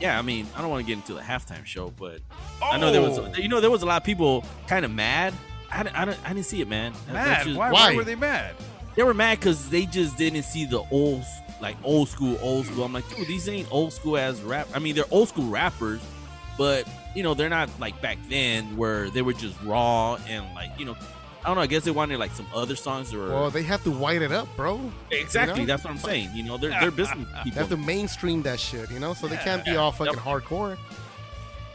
Speaker 8: yeah, I mean, I don't want to get into the halftime show, but I know there was you know there was a lot of people kind of mad. I, di- I, di- I didn't see it, man. That's
Speaker 6: Mad.
Speaker 8: just-
Speaker 6: Why,
Speaker 7: why?
Speaker 6: why were they mad?
Speaker 8: They were mad because they just didn't see the old like old school old school. I'm like, dude, these ain't old school as rap. I mean, they're old school rappers, but you know they're not like back then where they were just raw and like you know. I don't know. I guess they wanted like some other songs or
Speaker 7: Well, they have to white it up, bro.
Speaker 8: Exactly.
Speaker 7: You know?
Speaker 8: That's what I'm saying. You know, they're they're business
Speaker 7: They
Speaker 8: people.
Speaker 7: have to mainstream that shit, you know? So they can't be all fucking hardcore.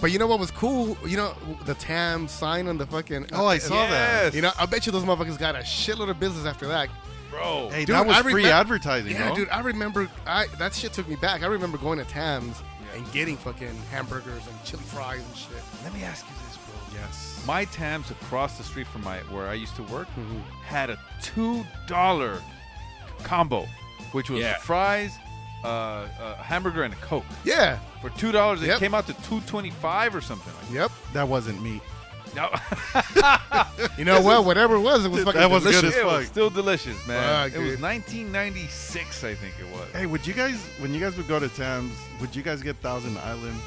Speaker 7: But you know what was cool? You know the Tam sign on the fucking.
Speaker 5: Oh, I saw that. Yes.
Speaker 7: You know, I bet you those motherfuckers got a shitload of business after that.
Speaker 6: Bro,
Speaker 5: Hey, that was free advertising,
Speaker 7: Yeah,
Speaker 5: bro.
Speaker 7: dude, I remember. I that shit took me back. I remember going to Tams and getting fucking hamburgers and chili fries and shit.
Speaker 6: Let me ask you this, bro. Yes. My Tams across the street from my where I used to work had a two dollar combo, which was
Speaker 7: Yeah.
Speaker 6: fries, uh, a hamburger, and a coke.
Speaker 7: Yeah.
Speaker 6: For two dollars,
Speaker 5: Yep.
Speaker 6: it came out to two twenty five or something. Like
Speaker 7: Yep.
Speaker 5: That wasn't meat.
Speaker 6: No.
Speaker 7: You know what? Whatever it was, it was fucking.
Speaker 5: That was
Speaker 7: delicious.
Speaker 5: good as
Speaker 6: It was
Speaker 5: fuck.
Speaker 6: still delicious, man.
Speaker 7: Fuck,
Speaker 6: it was
Speaker 7: dude.
Speaker 6: 1996, I think it was.
Speaker 5: Hey, would you guys when you guys would go to Tams, would you guys get Thousand Island?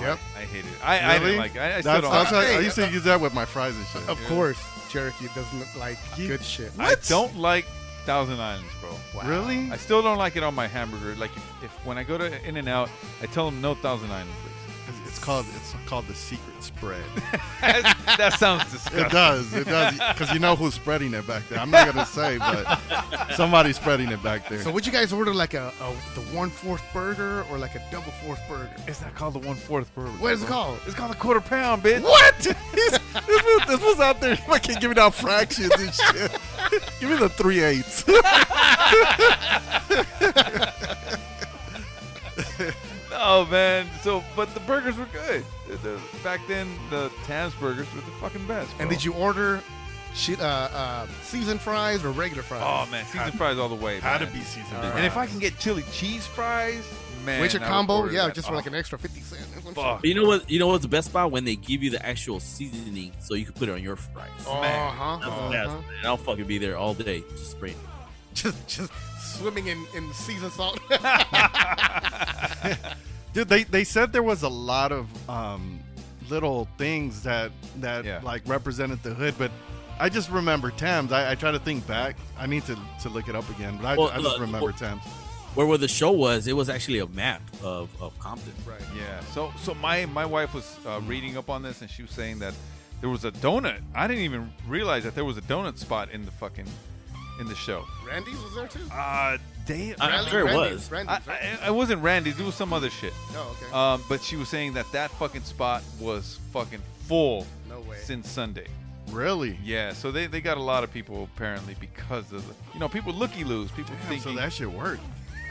Speaker 7: Yep.
Speaker 6: I hated it. I, I didn't
Speaker 5: Really?
Speaker 6: like. It. I, I still
Speaker 5: that's,
Speaker 6: don't.
Speaker 5: that's how
Speaker 6: like it.
Speaker 5: I used to use that with my fries and shit.
Speaker 7: Of
Speaker 5: Yeah.
Speaker 7: course, Cherokee doesn't like good shit.
Speaker 6: I don't like Thousand Islands, bro.
Speaker 5: Really?
Speaker 6: I still don't like it on my hamburger. Like if, if when I go to In and Out, I tell them no Thousand Island, please.
Speaker 5: It's- It's called it's called the secret spread.
Speaker 6: that sounds disgusting.
Speaker 5: It does. It does. Because you know who's spreading it back there. I'm not gonna say, but somebody's spreading it back there.
Speaker 7: So would you guys order like a, a the one fourth burger or like a double fourth burger?
Speaker 6: It's not called the one fourth burger.
Speaker 7: What is it
Speaker 6: bro.
Speaker 7: called?
Speaker 6: It's called a quarter pound, bitch.
Speaker 5: What? He's- this, was, this was out there fucking giving out fractions and shit. Give me the three eighths.
Speaker 6: Oh man. So, but the burgers were good. The- the- back then, the Tams burgers were the fucking best.
Speaker 7: And
Speaker 6: bro.
Speaker 7: did you order shit uh, uh, seasoned fries or regular fries?
Speaker 6: Oh man, season fries all the way.
Speaker 5: Had to
Speaker 6: man.
Speaker 5: be seasoned
Speaker 6: And
Speaker 5: fries.
Speaker 6: if I can get chili cheese fries, man,
Speaker 7: With your
Speaker 6: I would
Speaker 7: combo,
Speaker 6: order
Speaker 7: yeah,
Speaker 6: that.
Speaker 7: just for
Speaker 6: Oh,
Speaker 7: like an extra fifty cent.
Speaker 6: Fuck.
Speaker 8: But you know what? You know what's the best spot when they give you the actual seasoning, so you can put it on your fries.
Speaker 7: Uh huh.
Speaker 8: That's the
Speaker 7: uh-huh.
Speaker 8: best, man. I'll fucking be there all day, just spraying.
Speaker 7: Just just swimming in in seasoned salt.
Speaker 5: Dude, they, they said there was a lot of um, little things that that
Speaker 6: Yeah.
Speaker 5: like represented the hood, but I just remember Tams. I, I try to think back. I need to, to look it up again, but I,
Speaker 8: Well,
Speaker 5: I just
Speaker 8: look,
Speaker 5: remember
Speaker 8: well-
Speaker 5: Tams.
Speaker 8: Where where the show was, it was actually a map of, of Compton.
Speaker 7: right.
Speaker 6: Yeah. So so my my wife was uh, reading up on this and she was saying that there was a donut. I didn't even realize that there was a donut spot in the fucking in the show.
Speaker 7: Randy's was there too.
Speaker 6: Uh, damn.
Speaker 8: I'm
Speaker 7: Randy-
Speaker 8: sure it
Speaker 7: Randy's,
Speaker 8: was.
Speaker 6: I,
Speaker 7: Randy's, right?
Speaker 6: I, I wasn't Randy's. It was some other shit.
Speaker 7: Oh, okay.
Speaker 6: Um, but she was saying that that fucking spot was fucking full
Speaker 7: No way.
Speaker 6: since Sunday.
Speaker 5: Really?
Speaker 6: Yeah, so they, they got a lot of people apparently because of the, you know people looky loos people
Speaker 5: Damn, so
Speaker 6: thinking
Speaker 5: that shit worked.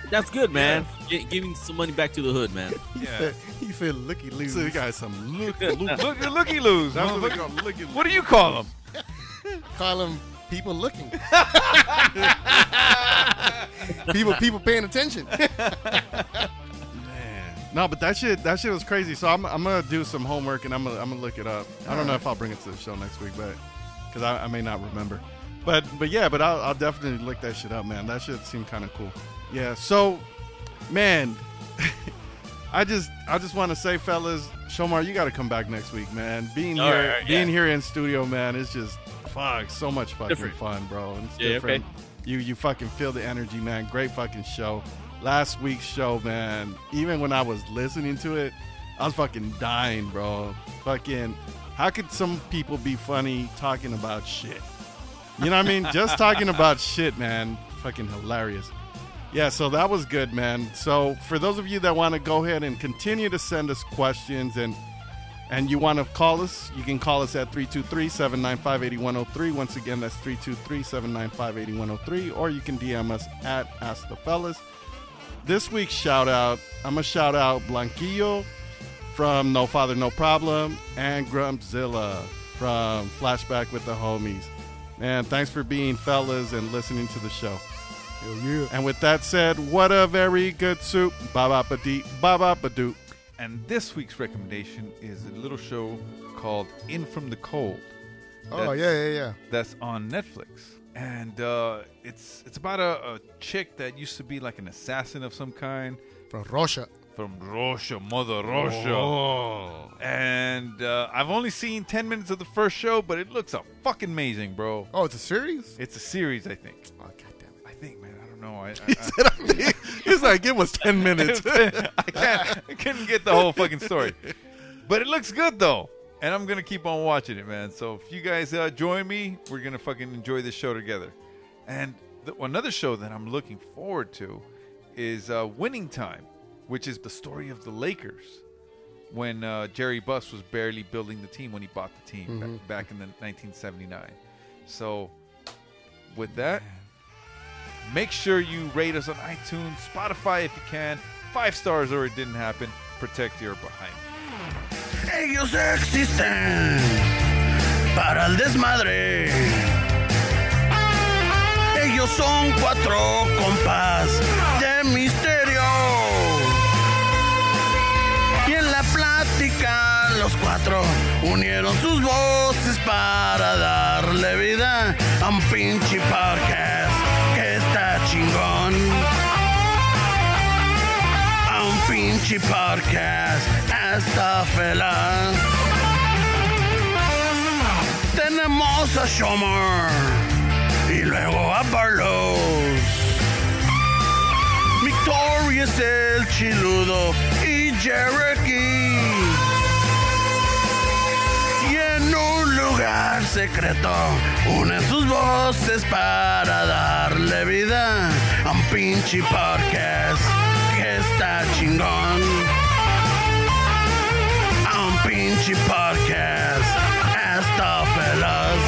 Speaker 8: That's good, man. Gi- giving some money back to the hood, man.
Speaker 6: yeah.
Speaker 7: he said, "Looky loose."
Speaker 5: So you got some look, look.
Speaker 6: look the looky loos.
Speaker 5: That's what they
Speaker 6: motherfucker.
Speaker 5: call looky
Speaker 6: What do you call them?
Speaker 7: Call 'em people looking. people people paying attention.
Speaker 5: No, but that shit that shit was crazy. So I'm, I'm gonna do some homework and I'm gonna, I'm gonna look it up. I don't know if I'll bring it to the show next week, but because I, I may not remember. But but yeah, but I'll, I'll definitely look that shit up, man. That shit seemed kind of cool. Yeah. So, man, I just I just want to say, fellas, Shomar, you got to come back next week, man. Being
Speaker 8: All
Speaker 5: here
Speaker 8: right,
Speaker 5: being here in studio, man, it's just fuck so much fucking
Speaker 8: Different.
Speaker 5: fun, bro. It's
Speaker 8: Yeah,
Speaker 5: different.
Speaker 8: okay.
Speaker 5: You you fucking feel the energy, man. Great fucking show. Last week's show, man. Even when I was listening to it, I was fucking dying, bro. Fucking, how could some people be funny talking about shit? You know what I mean? Just talking about shit, man. Fucking hilarious. Yeah, so that was good, man. So for those of you that want to go ahead and continue to send us questions and and you want to call us, you can call us at 323-795-8103. Once again, that's 323-795-8103. Or you can DM us at Ask the Fellas. This week's shout out, I'm going to shout out Blanquillo from No Father, No Problem and Grumpzilla from Flashback with the Homies. Man, thanks for being fellas and listening to the show.
Speaker 7: Hell yeah.
Speaker 5: And with that said, what a very good soup. Ba ba ba dee, ba ba ba doo.
Speaker 6: And this week's recommendation is a little show called In From the Cold.
Speaker 7: Oh yeah yeah yeah.
Speaker 6: That's on Netflix. And uh, it's it's about a, a chick that used to be like an assassin of some kind
Speaker 7: From Russia.
Speaker 6: from Russia, Mother Russia.
Speaker 7: Oh.
Speaker 6: And uh, I've only seen 10 minutes of the first show, but it looks a fucking amazing, bro.
Speaker 7: Oh, it's a series.
Speaker 6: It's a series, I think.
Speaker 7: Oh god damn it.
Speaker 6: I think, man. I don't know. I, I,
Speaker 5: It's like it was 10 minutes.
Speaker 6: I can't, I couldn't get the whole fucking story. But it looks good though, and I'm gonna keep on watching it, man. So if you guys uh, join me, we're gonna fucking enjoy this show together. And the, another show that I'm looking forward to is uh, Winning Time, which is the story of the Lakers. when uh, Jerry Buss was barely building the team when he bought the team ba-
Speaker 13: Mhm.
Speaker 6: back in the 1979. So, with that, make sure you rate us on iTunes, Spotify if you can. Five stars or it didn't happen. Protect your behind.
Speaker 7: Ellos existen para el desmadre. Ellos son cuatro compas de misterio. Y en la plática los cuatro unieron sus voces para darle vida a un pinche podcast que está chingón. A un pinche podcast está feliz. Tenemos a Shomer y luego a Barlow. Victoria es el chiludo y Cherokee. Y en un lugar secreto unen sus voces para darle vida a un pinche podcast que está chingón. A un pinche podcast está feroz.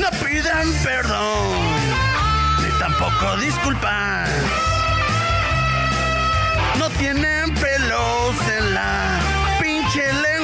Speaker 7: No pidan perdón, ni tampoco disculpas. No tienen pelos en la pinche lengua.